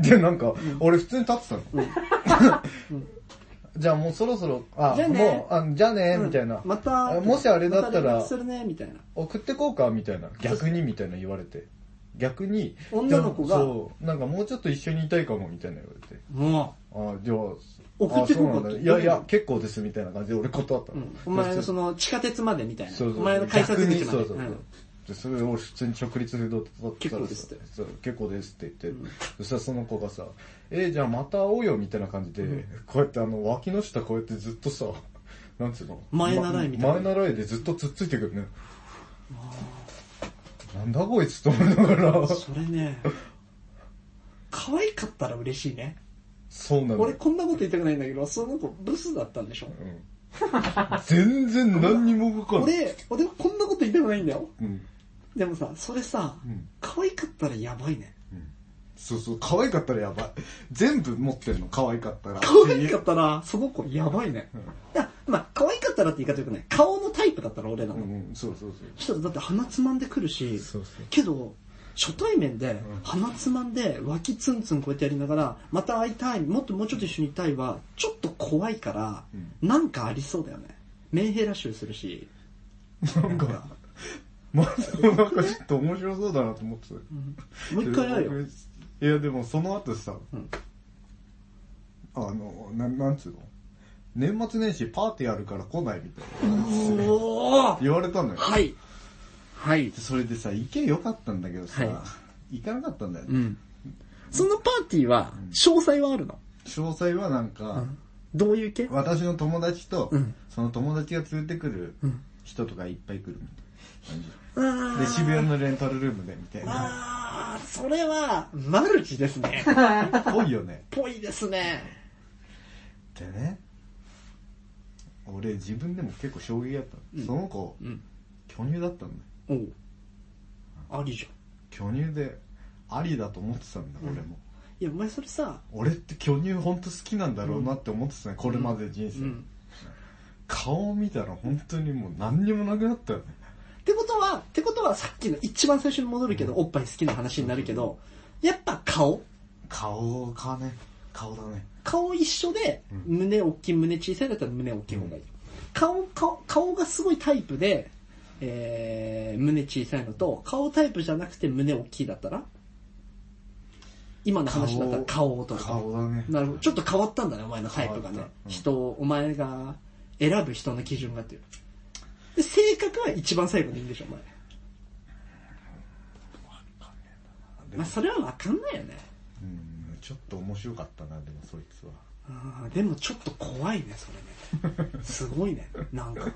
[SPEAKER 2] で、なんか、俺普通に立ってたの。 じゃあもうそろそろ、あ、
[SPEAKER 1] じゃあね
[SPEAKER 2] もう、あじゃあね、みたいな。
[SPEAKER 1] また、
[SPEAKER 2] あもしあれだった
[SPEAKER 1] ま連
[SPEAKER 2] ら
[SPEAKER 1] 絡、するね、みたいな。
[SPEAKER 2] 送ってこうかみたいな逆にみたいな言われて逆に
[SPEAKER 1] 女の子が
[SPEAKER 2] そうなんかもうちょっと一緒にいたいかもみたいな言われて
[SPEAKER 1] も
[SPEAKER 2] ああじゃあ
[SPEAKER 1] 送ってこうか
[SPEAKER 2] あそうなんだ
[SPEAKER 1] と
[SPEAKER 2] いやいや結構ですみたいな感じで俺断った
[SPEAKER 1] う。う
[SPEAKER 2] の、
[SPEAKER 1] ん。お前のその、地下鉄までみたいな。
[SPEAKER 2] そうそう
[SPEAKER 1] お前の改札口まで。
[SPEAKER 2] 逆にそうそうそう、
[SPEAKER 1] ん
[SPEAKER 2] でそれで俺普通に直立不動って立って
[SPEAKER 1] 結
[SPEAKER 2] たらさ
[SPEAKER 1] 構で
[SPEAKER 2] そう結構ですって言って、そしたらその子がさ「えー、じゃあまた会おうよ」みたいな感じで、こうやってあの脇の下こうやってずっとさなんつうの
[SPEAKER 1] 前習いみたいな
[SPEAKER 2] ま前習いでずっとつっついてくるねなんだこいつと思いなが ら
[SPEAKER 1] それね、可愛かったら嬉しいね。
[SPEAKER 2] そうなんだ
[SPEAKER 1] 俺こんなこと言いたくないんだけど、その子ブスだったんでしょ。
[SPEAKER 2] うん、全然何にも動かない、
[SPEAKER 1] 俺、俺こんなこと言いたくないんだよ。
[SPEAKER 2] うん
[SPEAKER 1] でもさ、それさ
[SPEAKER 2] うん、
[SPEAKER 1] 可愛かったらやばいね。
[SPEAKER 2] そうそう可愛かったらやばい全部持ってんの可愛かったら
[SPEAKER 1] 可愛かったら、その子やばいね。だまあ、可愛かったらって言い方よくない。顔のタイプだったら俺な
[SPEAKER 2] う
[SPEAKER 1] の。
[SPEAKER 2] んうんそうそうそう
[SPEAKER 1] そしたらだって鼻つまんでくるし
[SPEAKER 2] そうそう、
[SPEAKER 1] けど、初対面で鼻つまんで脇ツンツンこうやってやりながら、また会いたい、もっともうちょっと一緒にいたいは、ちょっと怖いから、なんかありそうだよね。メンヘラ臭するし、
[SPEAKER 2] なんか、まずなんかちょっと面白そうだなと思ってた。
[SPEAKER 1] もう一回会えよ。
[SPEAKER 2] いや、でもその後さ、
[SPEAKER 1] うん
[SPEAKER 2] あの、なん、なんつうの年末年始パーティーあるから来ないみたいな
[SPEAKER 1] おー
[SPEAKER 2] 言われたのよ。
[SPEAKER 1] はい。はい
[SPEAKER 2] で。それでさ、行けよかったんだけどさ、
[SPEAKER 1] は
[SPEAKER 2] 行かなかったんだよ
[SPEAKER 1] う
[SPEAKER 2] ね。
[SPEAKER 1] ん。そのパーティーは、詳細はあるの
[SPEAKER 2] 詳細はなんか、
[SPEAKER 1] どういう系
[SPEAKER 2] 私の友達と、
[SPEAKER 1] うん
[SPEAKER 2] その友達が連れてくる
[SPEAKER 1] うん
[SPEAKER 2] 人とかいっぱい来るみたいな
[SPEAKER 1] あ
[SPEAKER 2] 感じ。で、渋谷のレンタルルームでみたいな。
[SPEAKER 1] あー、それは、マルチですね。
[SPEAKER 2] ぽいよね。
[SPEAKER 1] ぽいですね。
[SPEAKER 2] でね俺自分でも結構衝撃だったの、その子、
[SPEAKER 1] ん
[SPEAKER 2] 巨乳だったんだよ
[SPEAKER 1] おう。ありじゃん。
[SPEAKER 2] 巨乳でありだと思ってたんだ、俺も
[SPEAKER 1] いや、お前それさ、
[SPEAKER 2] 俺って巨乳ほんと好きなんだろうなって思ってたね、これまで人生、
[SPEAKER 1] うん。
[SPEAKER 2] 顔を見たら本当にもう何にもなくなったよね
[SPEAKER 1] ってことは、ってことはさっきの一番最初に戻るけど、おっぱい好きな話になるけど、やっぱ顔
[SPEAKER 2] 顔かね顔だね
[SPEAKER 1] 顔一緒で、胸大きい、胸小さいだったら胸大きい方がいい。顔、顔、顔がすごいタイプで、えー、胸小さいのと、顔タイプじゃなくて胸大きいだったら今の話だったら顔とか。
[SPEAKER 2] 顔だね
[SPEAKER 1] なるほど。ちょっと変わったんだね、お前のタイプがね
[SPEAKER 2] 変わっ。たうん
[SPEAKER 1] 人を、お前が選ぶ人の基準がっていう。で、性格は一番最後でいいんでしょ、お前。まあ、それはわかんないよね。
[SPEAKER 2] うんちょっと面白かったな、でもそいつは。
[SPEAKER 1] あーでもちょっと怖いね、それね。すごいね、なんか。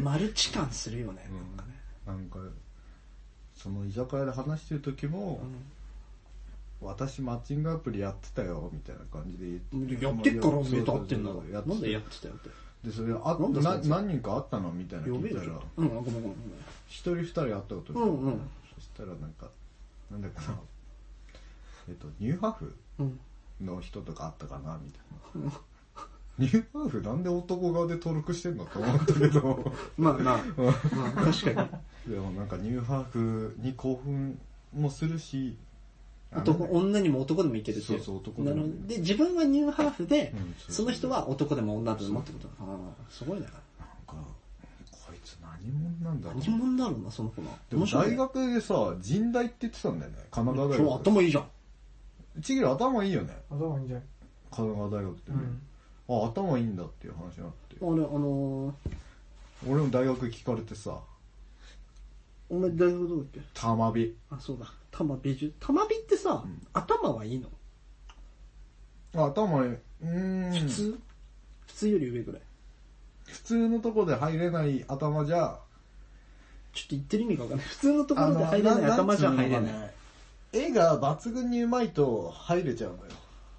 [SPEAKER 1] マルチ感するよね、なんかね。
[SPEAKER 2] なんか、その居酒屋で話してる時も、私マッチングアプリやってたよ、みたいな感じで言
[SPEAKER 1] やってっから目立ってんだ
[SPEAKER 2] そうそうそうや
[SPEAKER 1] ろ。
[SPEAKER 2] って
[SPEAKER 1] なんでやってたよって。
[SPEAKER 2] で、それ、あ
[SPEAKER 1] なんだそい
[SPEAKER 2] な
[SPEAKER 1] つ
[SPEAKER 2] 何人かあったのみたいな
[SPEAKER 1] 呼
[SPEAKER 2] 聞
[SPEAKER 1] べ
[SPEAKER 2] い
[SPEAKER 1] よ
[SPEAKER 2] たら、。
[SPEAKER 1] うん、ごめんごめんごめん。
[SPEAKER 2] 一人二人会ったことに
[SPEAKER 1] うんうん
[SPEAKER 2] そしたらなんか、なんだかな、えっと、ニューハーフ
[SPEAKER 1] うん。
[SPEAKER 2] の人とかあったかな、みたい な。ニューハーフなんで男側で登録してんのと思ったけど。
[SPEAKER 1] まあまあ、 まあ確かに。
[SPEAKER 2] でもなんかニューハーフに興奮もするし、あ
[SPEAKER 1] 男、
[SPEAKER 2] なんだ
[SPEAKER 1] 女にも男でもいけるってい
[SPEAKER 2] そうそう男でも
[SPEAKER 1] なるほどで、自分はニューハーフで、
[SPEAKER 2] うんそう
[SPEAKER 1] その人は男でも女でもってことだ。ああ、すごいね。
[SPEAKER 2] なんか、こいつ何者なんだろう。
[SPEAKER 1] 何者だろうな、その子は。
[SPEAKER 2] でも大
[SPEAKER 1] ね
[SPEAKER 2] 学でさ、人大って言ってたんだよね。神奈
[SPEAKER 1] そう、
[SPEAKER 2] 川大学。
[SPEAKER 1] 頭いいじゃん。
[SPEAKER 2] ちぎる頭いいよね。
[SPEAKER 7] 頭いいんじゃない
[SPEAKER 2] 神奈川大学ってね。あ、頭いいんだっていう話になっ
[SPEAKER 1] あ。
[SPEAKER 2] て
[SPEAKER 1] れ、あのー、
[SPEAKER 2] 俺も大学聞かれてさ、
[SPEAKER 1] お前大学どこだっけ
[SPEAKER 2] たまび。
[SPEAKER 1] あ、そうだ。玉美術。玉美ってさ、頭はいいの
[SPEAKER 2] あ頭いい。うーん。
[SPEAKER 1] 普通、普通より上ぐらい。
[SPEAKER 2] 普通のとこで入れない頭じゃ、
[SPEAKER 1] ちょっと言ってる意味がわかんない。普通のところで入れない頭じゃ入れない。
[SPEAKER 2] い。絵が抜群にうまいと入れちゃうのよ。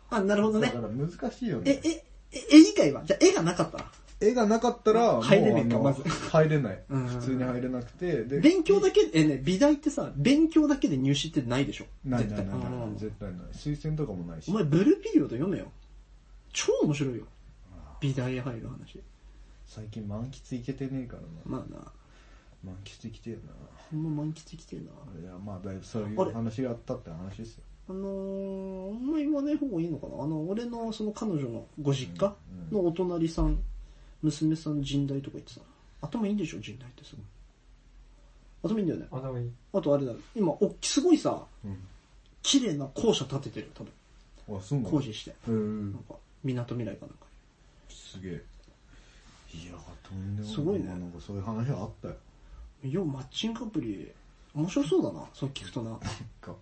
[SPEAKER 1] あ、なるほど
[SPEAKER 2] だ
[SPEAKER 1] ね
[SPEAKER 2] か。ら難しいよ
[SPEAKER 1] え
[SPEAKER 2] ね、。
[SPEAKER 1] え、え、絵以外はじゃあ絵がなかったら。
[SPEAKER 2] 絵がなかったら、もう
[SPEAKER 1] 入れないか
[SPEAKER 2] あの
[SPEAKER 1] まず
[SPEAKER 2] 入れない。
[SPEAKER 1] うん
[SPEAKER 2] 普通に入れなくて、で、
[SPEAKER 1] 勉強だけ、え、ね、美大ってさ、勉強だけで入試ってないでしょ
[SPEAKER 2] ない
[SPEAKER 1] 絶
[SPEAKER 2] ない
[SPEAKER 1] 対
[SPEAKER 2] ないな
[SPEAKER 1] う
[SPEAKER 2] い。
[SPEAKER 1] ん
[SPEAKER 2] 絶対ない。推薦とかもないし。
[SPEAKER 1] お前、ブルーピリオド読めよ。超面白いよ。美大へ入る話。
[SPEAKER 2] 最近満喫いけてねえからな。
[SPEAKER 1] まあな、
[SPEAKER 2] 満喫いきてえな。
[SPEAKER 1] ほんま満喫できてるな。
[SPEAKER 2] いや、まあ、だいぶそうい
[SPEAKER 1] あれ
[SPEAKER 2] う話があったって話ですよ。
[SPEAKER 1] あのー、あんま言わない方がいいのかな。あの、俺のその彼女のご実家のお隣さん、娘さん人大とか言ってさ、頭いいんでしょ、人大ってすごい。頭いいんだよね。
[SPEAKER 7] 頭いい。
[SPEAKER 1] あとあれだ、今、おっき、すごいさ、
[SPEAKER 2] ん
[SPEAKER 1] 綺麗な校舎建ててる、多分。
[SPEAKER 2] あ、そうなの
[SPEAKER 1] 工事して。
[SPEAKER 2] う
[SPEAKER 1] なん
[SPEAKER 2] ん。
[SPEAKER 1] か、港未来かなんか
[SPEAKER 2] すげえ。いや、とんでもない。
[SPEAKER 1] すごいね
[SPEAKER 2] なんかそういう話あったよ。
[SPEAKER 1] に。よう、マッチングアプリ、面白そうだな、そう聞く とな。
[SPEAKER 2] なんか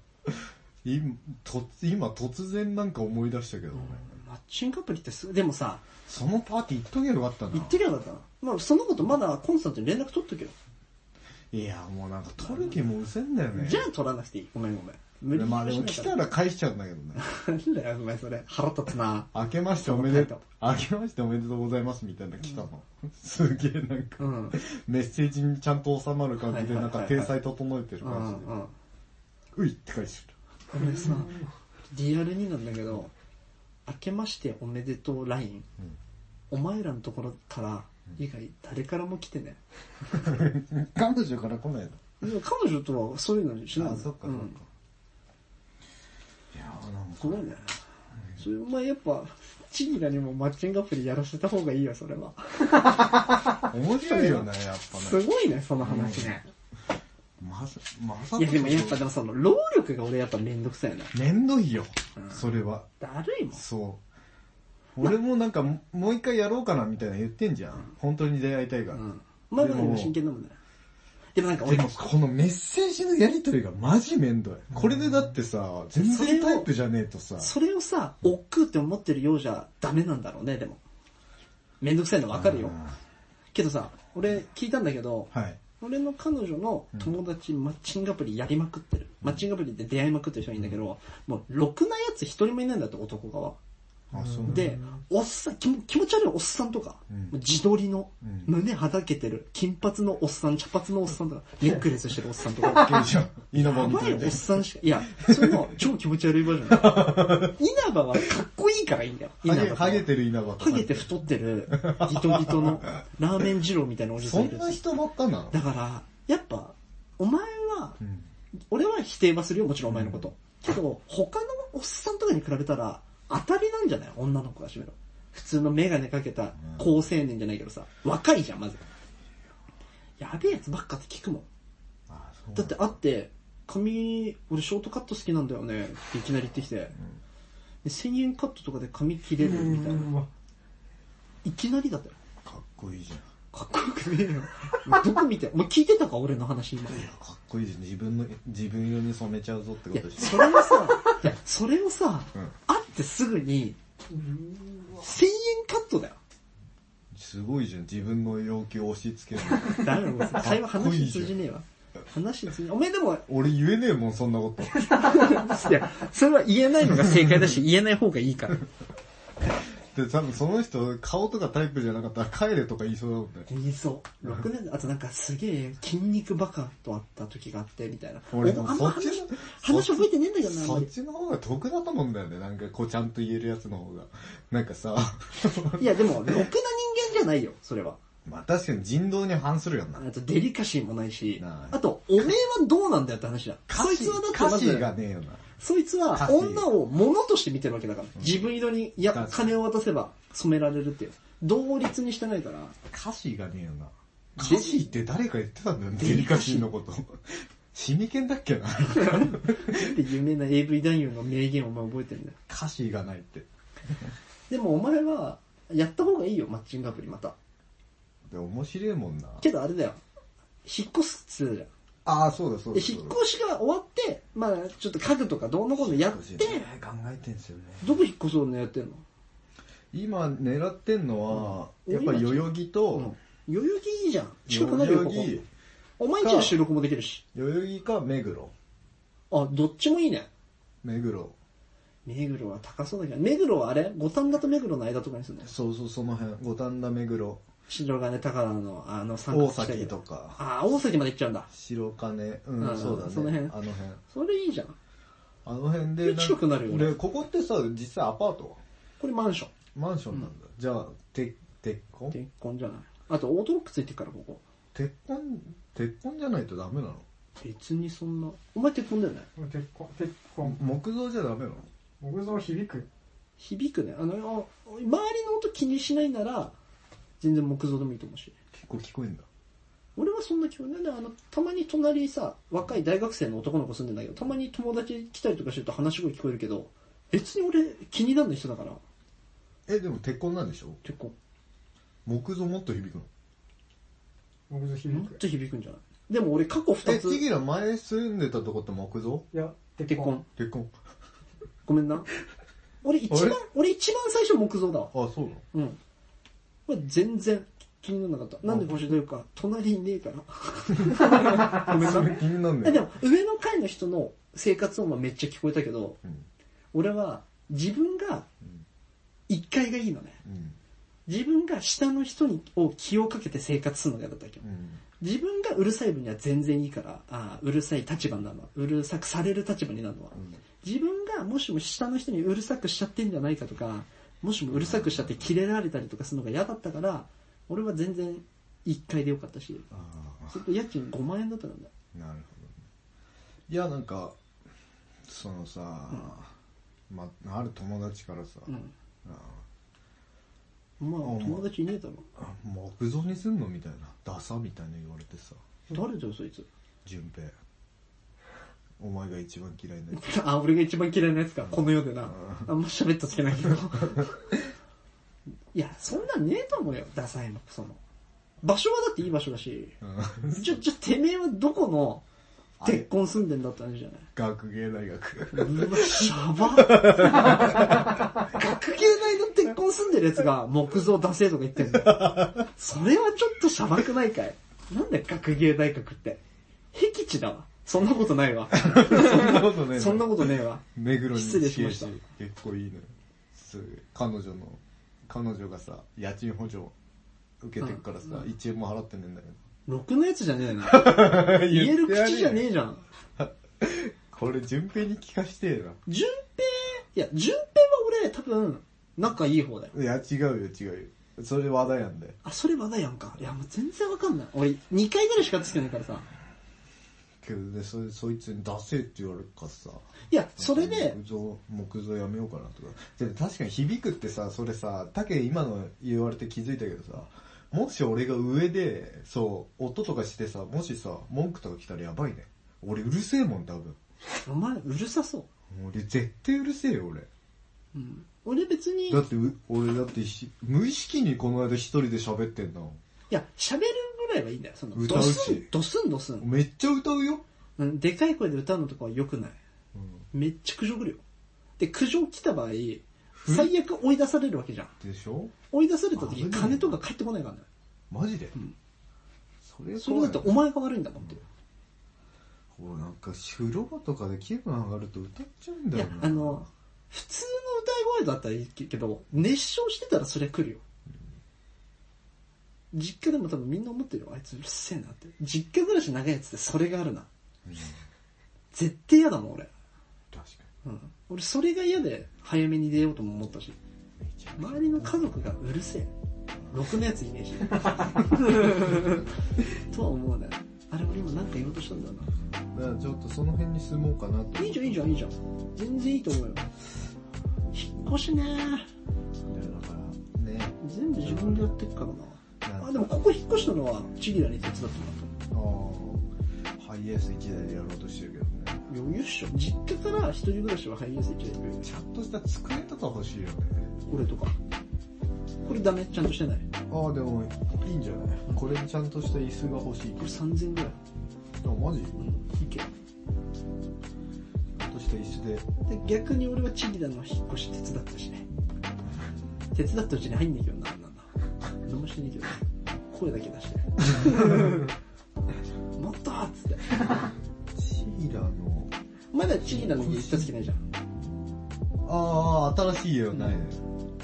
[SPEAKER 2] 今、と今突然なんか思い出したけど、俺
[SPEAKER 1] マッチングアプリってす、でもさ、
[SPEAKER 2] そのパーティー行っとけばよかったな。
[SPEAKER 1] 言ってりゃだったな。まあ、そのことまだコンスタントに連絡取っとけよ。
[SPEAKER 2] いや、もうなんか取る気もうせんだよね。
[SPEAKER 1] じゃあ取らなくていい。ごめんごめん。無
[SPEAKER 2] で
[SPEAKER 1] 理
[SPEAKER 2] まあでも来たら返しちゃうんだけど ね。
[SPEAKER 1] なんだよ、お前それ。腹立つな。
[SPEAKER 2] 明けましておめでとう。明けましておめでとうございますみたいなの来たの。すげえなんか、
[SPEAKER 1] うん。
[SPEAKER 2] メッセージにちゃんと収まる感じで
[SPEAKER 1] はい
[SPEAKER 2] な
[SPEAKER 1] はいはい
[SPEAKER 2] んか
[SPEAKER 1] はい
[SPEAKER 2] 体裁整えてる
[SPEAKER 1] うん
[SPEAKER 2] 感じ
[SPEAKER 1] う
[SPEAKER 2] で。
[SPEAKER 1] ん。
[SPEAKER 2] ういって返して
[SPEAKER 1] 俺さ、リアルになんだけど、明けましておめでとう LINE、お前らのところから以外誰からも来てね。
[SPEAKER 2] る。彼女から来ないの。
[SPEAKER 1] でも彼女とはそういうのしない
[SPEAKER 2] あ、そっかそっか。
[SPEAKER 1] うん
[SPEAKER 2] いやーなん
[SPEAKER 1] すごいね。それお前やっぱ、チギラにもマッチングアプリやらせた方がいいよ、それは。
[SPEAKER 2] か面白いよね、やっぱ
[SPEAKER 1] す
[SPEAKER 2] ね。
[SPEAKER 1] ごいね、その話ね。
[SPEAKER 2] まさ、まさ
[SPEAKER 1] いやでもやっぱでもその、労力が俺やっぱめんどくさいよね。
[SPEAKER 2] めんどいよ。それは。
[SPEAKER 1] だるいもん。
[SPEAKER 2] そう。俺もなんかももう一回やろうかなみたいな言ってんじゃん。本当に出会いたいから。
[SPEAKER 1] うん。まあまあ
[SPEAKER 2] でも
[SPEAKER 1] 真剣だもんね。でもなんか
[SPEAKER 2] で
[SPEAKER 1] 俺、
[SPEAKER 2] もこのメッセージのやりとりがマジめんどい。これでだってさ、全然タイプじゃねえとさ、
[SPEAKER 1] それをさ、億劫って思ってるようじゃダメなんだろうね、でも。めんどくさいのわかるよ。けどさ、俺聞いたんだけど、
[SPEAKER 2] はい。
[SPEAKER 1] 俺の彼女の友達マッチングアプリやりまくってる。マッチングアプリで出会いまくってる人がいいんだけど、もうろくなやつ一人もいないんだって男側。
[SPEAKER 2] あ、そうなんだ
[SPEAKER 1] で、おっさん、気も気持ち悪いおっさんとか、
[SPEAKER 2] ん
[SPEAKER 1] もう自撮りの、
[SPEAKER 2] ん
[SPEAKER 1] 胸はだけてる、金髪のおっさん、茶髪のおっさ んとか、ネックレスしてるおっさんとか。
[SPEAKER 2] ゲイじゃん。稲葉
[SPEAKER 1] や
[SPEAKER 2] み
[SPEAKER 1] ば
[SPEAKER 2] た
[SPEAKER 1] い
[SPEAKER 2] い
[SPEAKER 1] お
[SPEAKER 2] で
[SPEAKER 1] っ。さんしか、いや、それの超気持ち悪いバージョン。 稲葉はかっこいいからいいんだよ。
[SPEAKER 2] ハ
[SPEAKER 1] 稲葉
[SPEAKER 2] ゲ
[SPEAKER 1] とか
[SPEAKER 2] ハゲてる稲葉と
[SPEAKER 1] ハ
[SPEAKER 2] か。
[SPEAKER 1] ゲて太ってる、ギトギトの、ラーメン二郎みたいなおじさ
[SPEAKER 2] そ
[SPEAKER 1] んいる
[SPEAKER 2] んな人ばっかなの
[SPEAKER 1] だから、やっぱ、お前は、
[SPEAKER 2] ん
[SPEAKER 1] 俺は否定はするよ、もちろんお前のこと。けど、他のおっさんとかに比べたら、当たりなんじゃない女の子が占めろ。普通のメガネかけた、高青年じゃないけどさ、若いじゃん、まず。やべえやつばっかって聞くもん。
[SPEAKER 2] あそう
[SPEAKER 1] だって会って、髪、俺ショートカット好きなんだよね、っていきなり言ってきて。で1000円カットとかで髪切れるみたいな。いきなりだったよ。
[SPEAKER 2] かっこいいじゃん。
[SPEAKER 1] かっこよくねえ よ。僕見て、お前聞いてたか俺の話今。い
[SPEAKER 2] かっこいいです自分の、自分色に染めちゃうぞってこ
[SPEAKER 1] や
[SPEAKER 2] と、でし
[SPEAKER 1] それをさ、いや、それをさ、
[SPEAKER 2] うん
[SPEAKER 1] 会ってすぐに、1000円カットだよ。
[SPEAKER 2] ょ。すごいじゃん、自分の要求を押し付けるの。
[SPEAKER 1] ダメだ、もう会話
[SPEAKER 2] かっこいい
[SPEAKER 1] 話
[SPEAKER 2] じゃん
[SPEAKER 1] 通じねえわ。話通じねえ。お前でも、
[SPEAKER 2] 俺言えねえもん、そんなこと。
[SPEAKER 1] いや、それは言えないのが正解だ し、言えない方がいいから。
[SPEAKER 2] で、多分その人、顔とかタイプじゃなかったら帰れとか言いそうだもんね。
[SPEAKER 1] 言いそう。6年、あとなんかすげえ筋肉バカと会った時があって、みたいな。
[SPEAKER 2] 俺
[SPEAKER 1] お前
[SPEAKER 2] も
[SPEAKER 1] あん
[SPEAKER 2] そ
[SPEAKER 1] ま
[SPEAKER 2] っち
[SPEAKER 1] 話、話覚えてねえんだけどな、あんま
[SPEAKER 2] そっ
[SPEAKER 1] り
[SPEAKER 2] ちの方が得だと思うんだよね。なんか、こうちゃんと言えるやつの方が。なん かさ、
[SPEAKER 1] いや、でも、ろくな人間じゃないよ、それは。
[SPEAKER 2] まあ確かに人道に反するよな。
[SPEAKER 1] あと、デリカシーもないし
[SPEAKER 2] な、い
[SPEAKER 1] あと、おめえはどうなんだよって話だ。
[SPEAKER 2] 歌
[SPEAKER 1] そい
[SPEAKER 2] 詞
[SPEAKER 1] つはだって
[SPEAKER 2] 歌
[SPEAKER 1] ま
[SPEAKER 2] 詞
[SPEAKER 1] ず
[SPEAKER 2] が、ねえよな。
[SPEAKER 1] そいつは
[SPEAKER 2] 歌詞
[SPEAKER 1] 女を物として見てるわけだから。自分色に、いや
[SPEAKER 2] 確、かに
[SPEAKER 1] 金を渡せば染められるっていう。同率にしてないから、
[SPEAKER 2] 歌詞がねえよな。
[SPEAKER 1] で
[SPEAKER 2] 歌詞って誰か言ってたんだよ、 デリカシーのこと。シミケンだっけな。
[SPEAKER 1] なんで有名な AV 男優の名言をお前覚えてんだよ。
[SPEAKER 2] 歌詞がないって。
[SPEAKER 1] でもお前は、やった方がいいよ、マッチングアプリまた。
[SPEAKER 2] で、面白いもんな。
[SPEAKER 1] けどあれだよ。引っ越すっつうじゃん。
[SPEAKER 2] ああ、そうだそう
[SPEAKER 1] で、
[SPEAKER 2] だ。そう
[SPEAKER 1] 引っ
[SPEAKER 2] だ
[SPEAKER 1] 越しが終わって、まあちょっと家具とかどうのこうのやって、
[SPEAKER 2] 考えてんすよね。
[SPEAKER 1] どこ引っ越そうのやってんの
[SPEAKER 2] 今狙ってんのは、
[SPEAKER 1] うん
[SPEAKER 2] やっぱ代々木と、
[SPEAKER 1] 代々木いいじゃん。近
[SPEAKER 2] 代
[SPEAKER 1] くなるよ、
[SPEAKER 2] 々
[SPEAKER 1] ここ。
[SPEAKER 2] 木、
[SPEAKER 1] お前んちの収録もできるし。
[SPEAKER 2] 代々木か目黒。
[SPEAKER 1] あ、どっちもいいね。
[SPEAKER 2] 目黒。
[SPEAKER 1] 目黒は高そうだけど、目黒はあれ五反田と目黒の間とかにするの
[SPEAKER 2] そうそう、その辺。五反田目黒。
[SPEAKER 1] 白金高田のあの三角
[SPEAKER 2] 大
[SPEAKER 1] 地帯
[SPEAKER 2] 崎とか。
[SPEAKER 1] ああ、大崎まで行っちゃうんだ。
[SPEAKER 2] 白金。う
[SPEAKER 1] うん
[SPEAKER 2] ん、そうだね。
[SPEAKER 1] その辺
[SPEAKER 2] あの辺。
[SPEAKER 1] それいいじゃん。
[SPEAKER 2] あの辺で
[SPEAKER 1] で
[SPEAKER 2] んか。
[SPEAKER 1] 近くなるよね
[SPEAKER 2] で、ここってさ、実際アパート
[SPEAKER 1] これマンション。
[SPEAKER 2] マンションなんだ。じゃあ、鉄、鉄婚
[SPEAKER 1] 結婚じゃない。あとオートロックついてるから、ここ。
[SPEAKER 2] 鉄婚、鉄婚じゃないとダメなの
[SPEAKER 1] 別にそんな。お前結婚だよね。
[SPEAKER 7] 結婚、結婚。
[SPEAKER 2] 木造じゃダメなの
[SPEAKER 7] 木造響く。
[SPEAKER 1] 響くね。あの、あ周りの音気にしないなら、全然木造でもいいと思うし。
[SPEAKER 2] 結構聞こえんだ。
[SPEAKER 1] 俺はそんな気分ない。あの、たまに隣にさ、若い大学生の男の子住んでんだけど、たまに友達来たりとかしてると話し声聞こえるけど、別に俺気にならない人だから、
[SPEAKER 2] え、でも鉄婚なんでしょ
[SPEAKER 1] 結構、
[SPEAKER 2] 木造もっと響くの
[SPEAKER 7] 木造
[SPEAKER 1] も
[SPEAKER 7] 響
[SPEAKER 1] っ
[SPEAKER 7] く。
[SPEAKER 1] と響くんじゃないでも俺過去
[SPEAKER 2] え、
[SPEAKER 1] 二つ
[SPEAKER 2] ち、ぎら前住んでたとこって木造
[SPEAKER 7] いや、
[SPEAKER 1] 結婚。。
[SPEAKER 2] 結婚。
[SPEAKER 1] ごめんな。俺一
[SPEAKER 2] あ
[SPEAKER 1] 番
[SPEAKER 2] れ、
[SPEAKER 1] 俺一番最初木造だわ。
[SPEAKER 2] あ、そうなの
[SPEAKER 1] うん。これ全然気にならなかった。なんで星というか、隣にねえから。
[SPEAKER 2] ごめんな気になんね
[SPEAKER 1] えでも、上の階の人の生活音はめっちゃ聞こえたけど、
[SPEAKER 2] うん。
[SPEAKER 1] 俺は自分が
[SPEAKER 2] ん
[SPEAKER 1] 1階がいいのね。
[SPEAKER 2] うん。
[SPEAKER 1] 自分が下の人にを気をかけて生活するのが嫌だったわけど、
[SPEAKER 2] うん。
[SPEAKER 1] 自分がうるさい分には全然いいから、あーうるさい立場になるのは、うるさくされる立場になるのは、自分がもしも下の人にうるさくしちゃってんじゃないかとか、もしもうるさくしちゃってキレられたりとかするのが嫌だったから、俺は全然1階でよかったし、
[SPEAKER 2] ああ。
[SPEAKER 1] それと家賃5万円だったんだよ。
[SPEAKER 2] なるほどね。いや、なんか、そのさ、ま、ある友達からさ、
[SPEAKER 1] うん。
[SPEAKER 2] あ
[SPEAKER 1] まあ、
[SPEAKER 2] うん
[SPEAKER 1] 友達いねえだろ。
[SPEAKER 2] あ木造にすんのみたいな、ダサみたいな言われてさ、
[SPEAKER 1] 誰だよ、そいつ。
[SPEAKER 2] 淳平。お前が一番嫌いなやつ。
[SPEAKER 1] あ、俺が一番嫌いなやつか、この世でな。あんま喋ったつけないけど。 いや、そんなんねえと思うよ、ダサいの、その。場所はだっていい場所だし。
[SPEAKER 2] うん
[SPEAKER 1] ちょ、ちょ、てめえはどこの、鉄婚住んでんだって話じゃない。
[SPEAKER 2] 学芸 大学。
[SPEAKER 1] うわ、シャバ。学 芸大の鉄婚住んでるやつが木造ダセーとか言ってんだよ。それはちょっとシャバくないかい。なんだよ学芸大学って。僻地だわ。そんなことない わ。
[SPEAKER 2] そんなことねえ
[SPEAKER 1] そんな
[SPEAKER 2] と。
[SPEAKER 1] ことねえわ。
[SPEAKER 2] 目黒に
[SPEAKER 1] 失礼しま
[SPEAKER 2] 近い
[SPEAKER 1] した
[SPEAKER 2] し、結構いいのよ。すぐ彼女の、彼女がさ、家賃補助受けてっからさ、1円も払ってねえんだけど。
[SPEAKER 1] ろくなやつじゃねえな。 言え
[SPEAKER 2] 言
[SPEAKER 1] る
[SPEAKER 2] ってやれ
[SPEAKER 1] 口
[SPEAKER 2] よ
[SPEAKER 1] じゃねえじゃん。
[SPEAKER 2] これ、順平に聞かしてえな。
[SPEAKER 1] 順平、いや、順平は俺多分、仲いい方だよ。
[SPEAKER 2] いや、違うよ、違うよ。それ話題やんで。
[SPEAKER 1] あ、それ話題やんか。いや、もう全然わかんない。俺、2回ぐらいしかつけないからさ。
[SPEAKER 2] けどね、それそいつに出せって言われるからさ。
[SPEAKER 1] いや、それで、
[SPEAKER 2] 木造、木造やめようかなとか。で確かに響くってさ、それさ、たけ今の言われて気づいたけどさ、もし俺が上で、そう、音とかしてさ、もしさ、文句とか来たらやばいね。俺うるせえもん、多分。
[SPEAKER 1] お前、うるさそう。
[SPEAKER 2] 俺絶対うるせえよ、俺。
[SPEAKER 1] 俺別に、い
[SPEAKER 2] だってう、俺だってひ無意識にこの間一人で喋ってんの。
[SPEAKER 1] や、喋るぐらいはいいんだよ。その、
[SPEAKER 2] 歌
[SPEAKER 1] ド
[SPEAKER 2] うし
[SPEAKER 1] スン、ドスン、ドスン。
[SPEAKER 2] めっちゃ歌うよ。
[SPEAKER 1] うん、でかい声で歌うのとかは良くない。めっちゃ苦情来るよ。で、苦情来た場合、最悪追い出されるわけじゃん。
[SPEAKER 2] でしょ
[SPEAKER 1] 追い出された時
[SPEAKER 2] あ
[SPEAKER 1] 金とか返ってこないからね。
[SPEAKER 2] マジで、
[SPEAKER 1] ん
[SPEAKER 2] それ
[SPEAKER 1] それだってお前が悪いんだもんって。
[SPEAKER 2] こうなんか、風呂場とかで気分上がると歌っちゃうん
[SPEAKER 1] い
[SPEAKER 2] だよ
[SPEAKER 1] や
[SPEAKER 2] な。、
[SPEAKER 1] あの、普通の歌い声だったらいいけど、熱唱してたらそりゃ来るよ。実家でも多分みんな思ってるよ。あいつうるせえなって。実家暮らし長いやつってそれがあるな。
[SPEAKER 2] うん
[SPEAKER 1] 絶対嫌だもん、俺。
[SPEAKER 2] 確か
[SPEAKER 1] うん。俺それが嫌で早めに出ようとも思ったし。
[SPEAKER 2] に。めちゃくちゃ
[SPEAKER 1] 周りの家族がうるせえ。ろくなやつイメージ。とは思うね。あれ俺今なんか言おうとしたんだよ
[SPEAKER 2] だからちょっとその辺に住もうかなと。
[SPEAKER 1] な。いいじゃんいいじゃんいいじゃん。全然いいと思うよ。引っ越しね
[SPEAKER 2] だから、ね。
[SPEAKER 1] 全部自分でやってっから
[SPEAKER 2] なん
[SPEAKER 1] な。
[SPEAKER 2] か
[SPEAKER 1] あ、でもここ引っ越したのはチギラに手伝っても
[SPEAKER 2] ああ、ハイエース1台でやろうとしてるけどね。
[SPEAKER 1] らった。余裕っしょ。実家から一人暮らしは入りやすいじゃん。
[SPEAKER 2] ちゃんとした机とか欲しいよね。
[SPEAKER 1] これとか。これダメちゃんとしてない。
[SPEAKER 2] ああ、でも、いいんじゃないこれにちゃんとした椅子が欲しい
[SPEAKER 1] こ
[SPEAKER 2] け
[SPEAKER 1] れ3000ぐらい。
[SPEAKER 2] ど。あ、マジ
[SPEAKER 1] うん、いけ。
[SPEAKER 2] ちゃんとした椅子で。
[SPEAKER 1] で逆に俺はチギラの引っ越し手伝ったしね手伝ったうちに入んねえけどなあんなんな何もしてねえけどな声だけ出してもっとっつって
[SPEAKER 2] シーラの、
[SPEAKER 1] まだチギラの家行った時ないじゃん
[SPEAKER 2] ああ、新しい家はないね。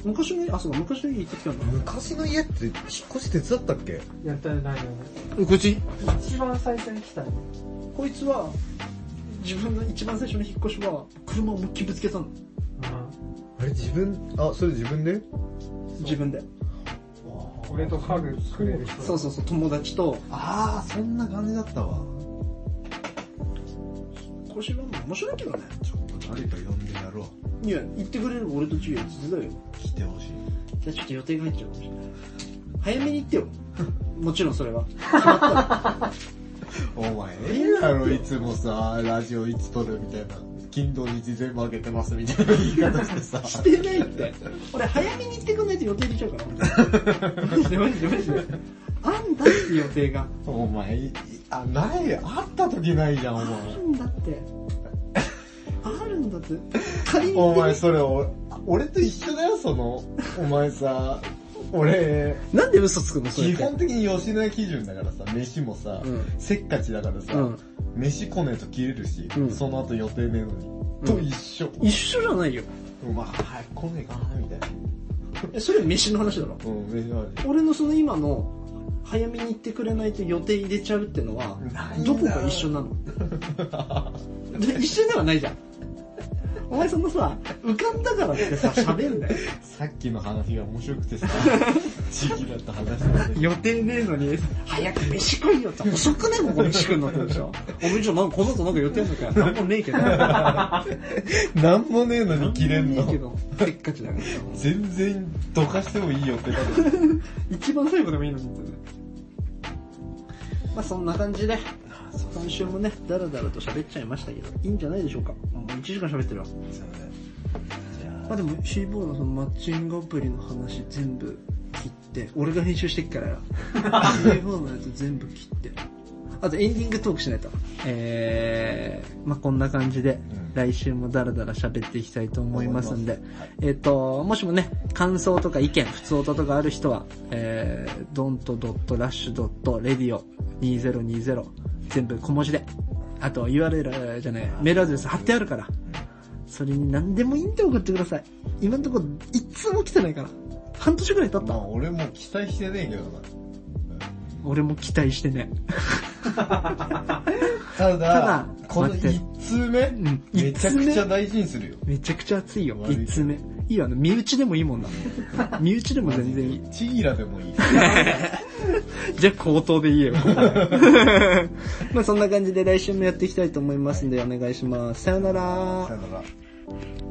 [SPEAKER 1] 昔の家あそうか昔の家行った時あるんだ
[SPEAKER 2] 昔の家って引っ越し手伝ったっけ
[SPEAKER 7] やったらないよね。
[SPEAKER 2] こっち
[SPEAKER 7] 一番最初に来たの。
[SPEAKER 1] こいつは自分の一番最初の引っ越しは車を思いっきりぶつけたの
[SPEAKER 2] あれ自分、あ、それ自分で
[SPEAKER 1] 自分で
[SPEAKER 7] 俺と家具作れる人。
[SPEAKER 1] そうそうそう友達と
[SPEAKER 2] ああ、そんな感じだったわ。
[SPEAKER 1] 引っ越しは面白いけどね
[SPEAKER 2] ちょっと誰か呼んでやろう。
[SPEAKER 1] いや行ってくれれば俺とチギラ手伝うよ
[SPEAKER 2] 来てほしい。
[SPEAKER 1] じゃあちょっと予定が入っちゃうかもしれない。早めに行って よ。もちろんそれ は。決まったら
[SPEAKER 2] お前、ええやろ、いつもさ、ラジオいつ撮るみたいな。金土日全部開けてますみたいな言い方してさ。
[SPEAKER 1] してないって。俺早めに行ってくんないと予定入れちゃう から。マジでマジでマジで。あんだって予定が。
[SPEAKER 2] お前、いあ、ない、会った時ないじゃん、お
[SPEAKER 1] あるんだ って。あるんだって。仮に
[SPEAKER 2] 前。お前、それ、お俺と一緒だよ、その。お前さ、俺、
[SPEAKER 1] なんで嘘つくのそれっ
[SPEAKER 2] 基
[SPEAKER 1] て。
[SPEAKER 2] 本的に吉野家基準だからさ、飯もさ、
[SPEAKER 1] うん
[SPEAKER 2] せっかちだからさ、
[SPEAKER 1] うん
[SPEAKER 2] 飯来ねえと切れるし、
[SPEAKER 1] うん
[SPEAKER 2] その後予定ねえのに。と一緒。
[SPEAKER 1] 一緒じゃないよ。
[SPEAKER 2] お前、早く来ねえかな、みたいな。
[SPEAKER 1] えそれ飯の話だろ。
[SPEAKER 2] うん、飯の話
[SPEAKER 1] 俺のその今の、早めに行ってくれないと予定入れちゃうってのは
[SPEAKER 2] ない、な
[SPEAKER 1] どこが一緒なので一緒ではないじゃん。お前そのさ、浮かんだからってさ、喋んだよ。
[SPEAKER 2] さっきの話が面白くて さ、ちぎらと話したんだけ
[SPEAKER 1] 予定ねえのに、早く飯食いよって、遅くねここ飯食うのってでしょ。お前ちょ、なんかこの後なんか予定あるのかよなんもねえけど。
[SPEAKER 2] ど、なんもねえのに切れん
[SPEAKER 1] なんもねえけ
[SPEAKER 2] の。
[SPEAKER 1] ど、せっかちだね。
[SPEAKER 2] 全然、どかしてもいいよってだけど。
[SPEAKER 1] 一番最後でもいいのにってね。まあそんな感じで、今週もね、だらだらと喋っちゃいましたけど、いいんじゃないでしょうか。もう1時間喋ってるわ。まあでも C ボーのそのマッチングアプリの話全部切って、俺が編集してっ からよ。C ボーのやつ全部切って。あとエンディングトークしないと。えー、まあこんな感じで、
[SPEAKER 2] うん
[SPEAKER 1] 来週もダラダラ喋っていきたいと思いますんで、
[SPEAKER 2] 思いますはい
[SPEAKER 1] えっ、と、もしもね、感想とか意見、普通音とかある人は、えー、don't.rush.radio2020 全部小文字で、あと URL じゃない、メールアドレス貼ってあるから、それに何でもいいんで送ってください。今んとこいつも来てないから。半年くらい経った
[SPEAKER 2] ま。あ俺も期待してねえけどな。
[SPEAKER 1] 俺も期待してね。
[SPEAKER 2] た
[SPEAKER 1] ただ
[SPEAKER 2] だ、この
[SPEAKER 1] 待って
[SPEAKER 2] 一通目、
[SPEAKER 1] ん
[SPEAKER 2] めちゃく
[SPEAKER 1] 一
[SPEAKER 2] ち
[SPEAKER 1] 通
[SPEAKER 2] ゃ大事にするよ。
[SPEAKER 1] めちゃくちゃ熱いよ、
[SPEAKER 2] 悪いけど
[SPEAKER 1] 一通目。いいよ、あの、身内でもいいも んな。身内でも全然いい。
[SPEAKER 2] ちぎらでも いい。
[SPEAKER 1] じゃあ口頭で言えよ。 まあそんな感じで来週もやっていきたいと思いますんで、お願いします。さよなら
[SPEAKER 2] さよなら。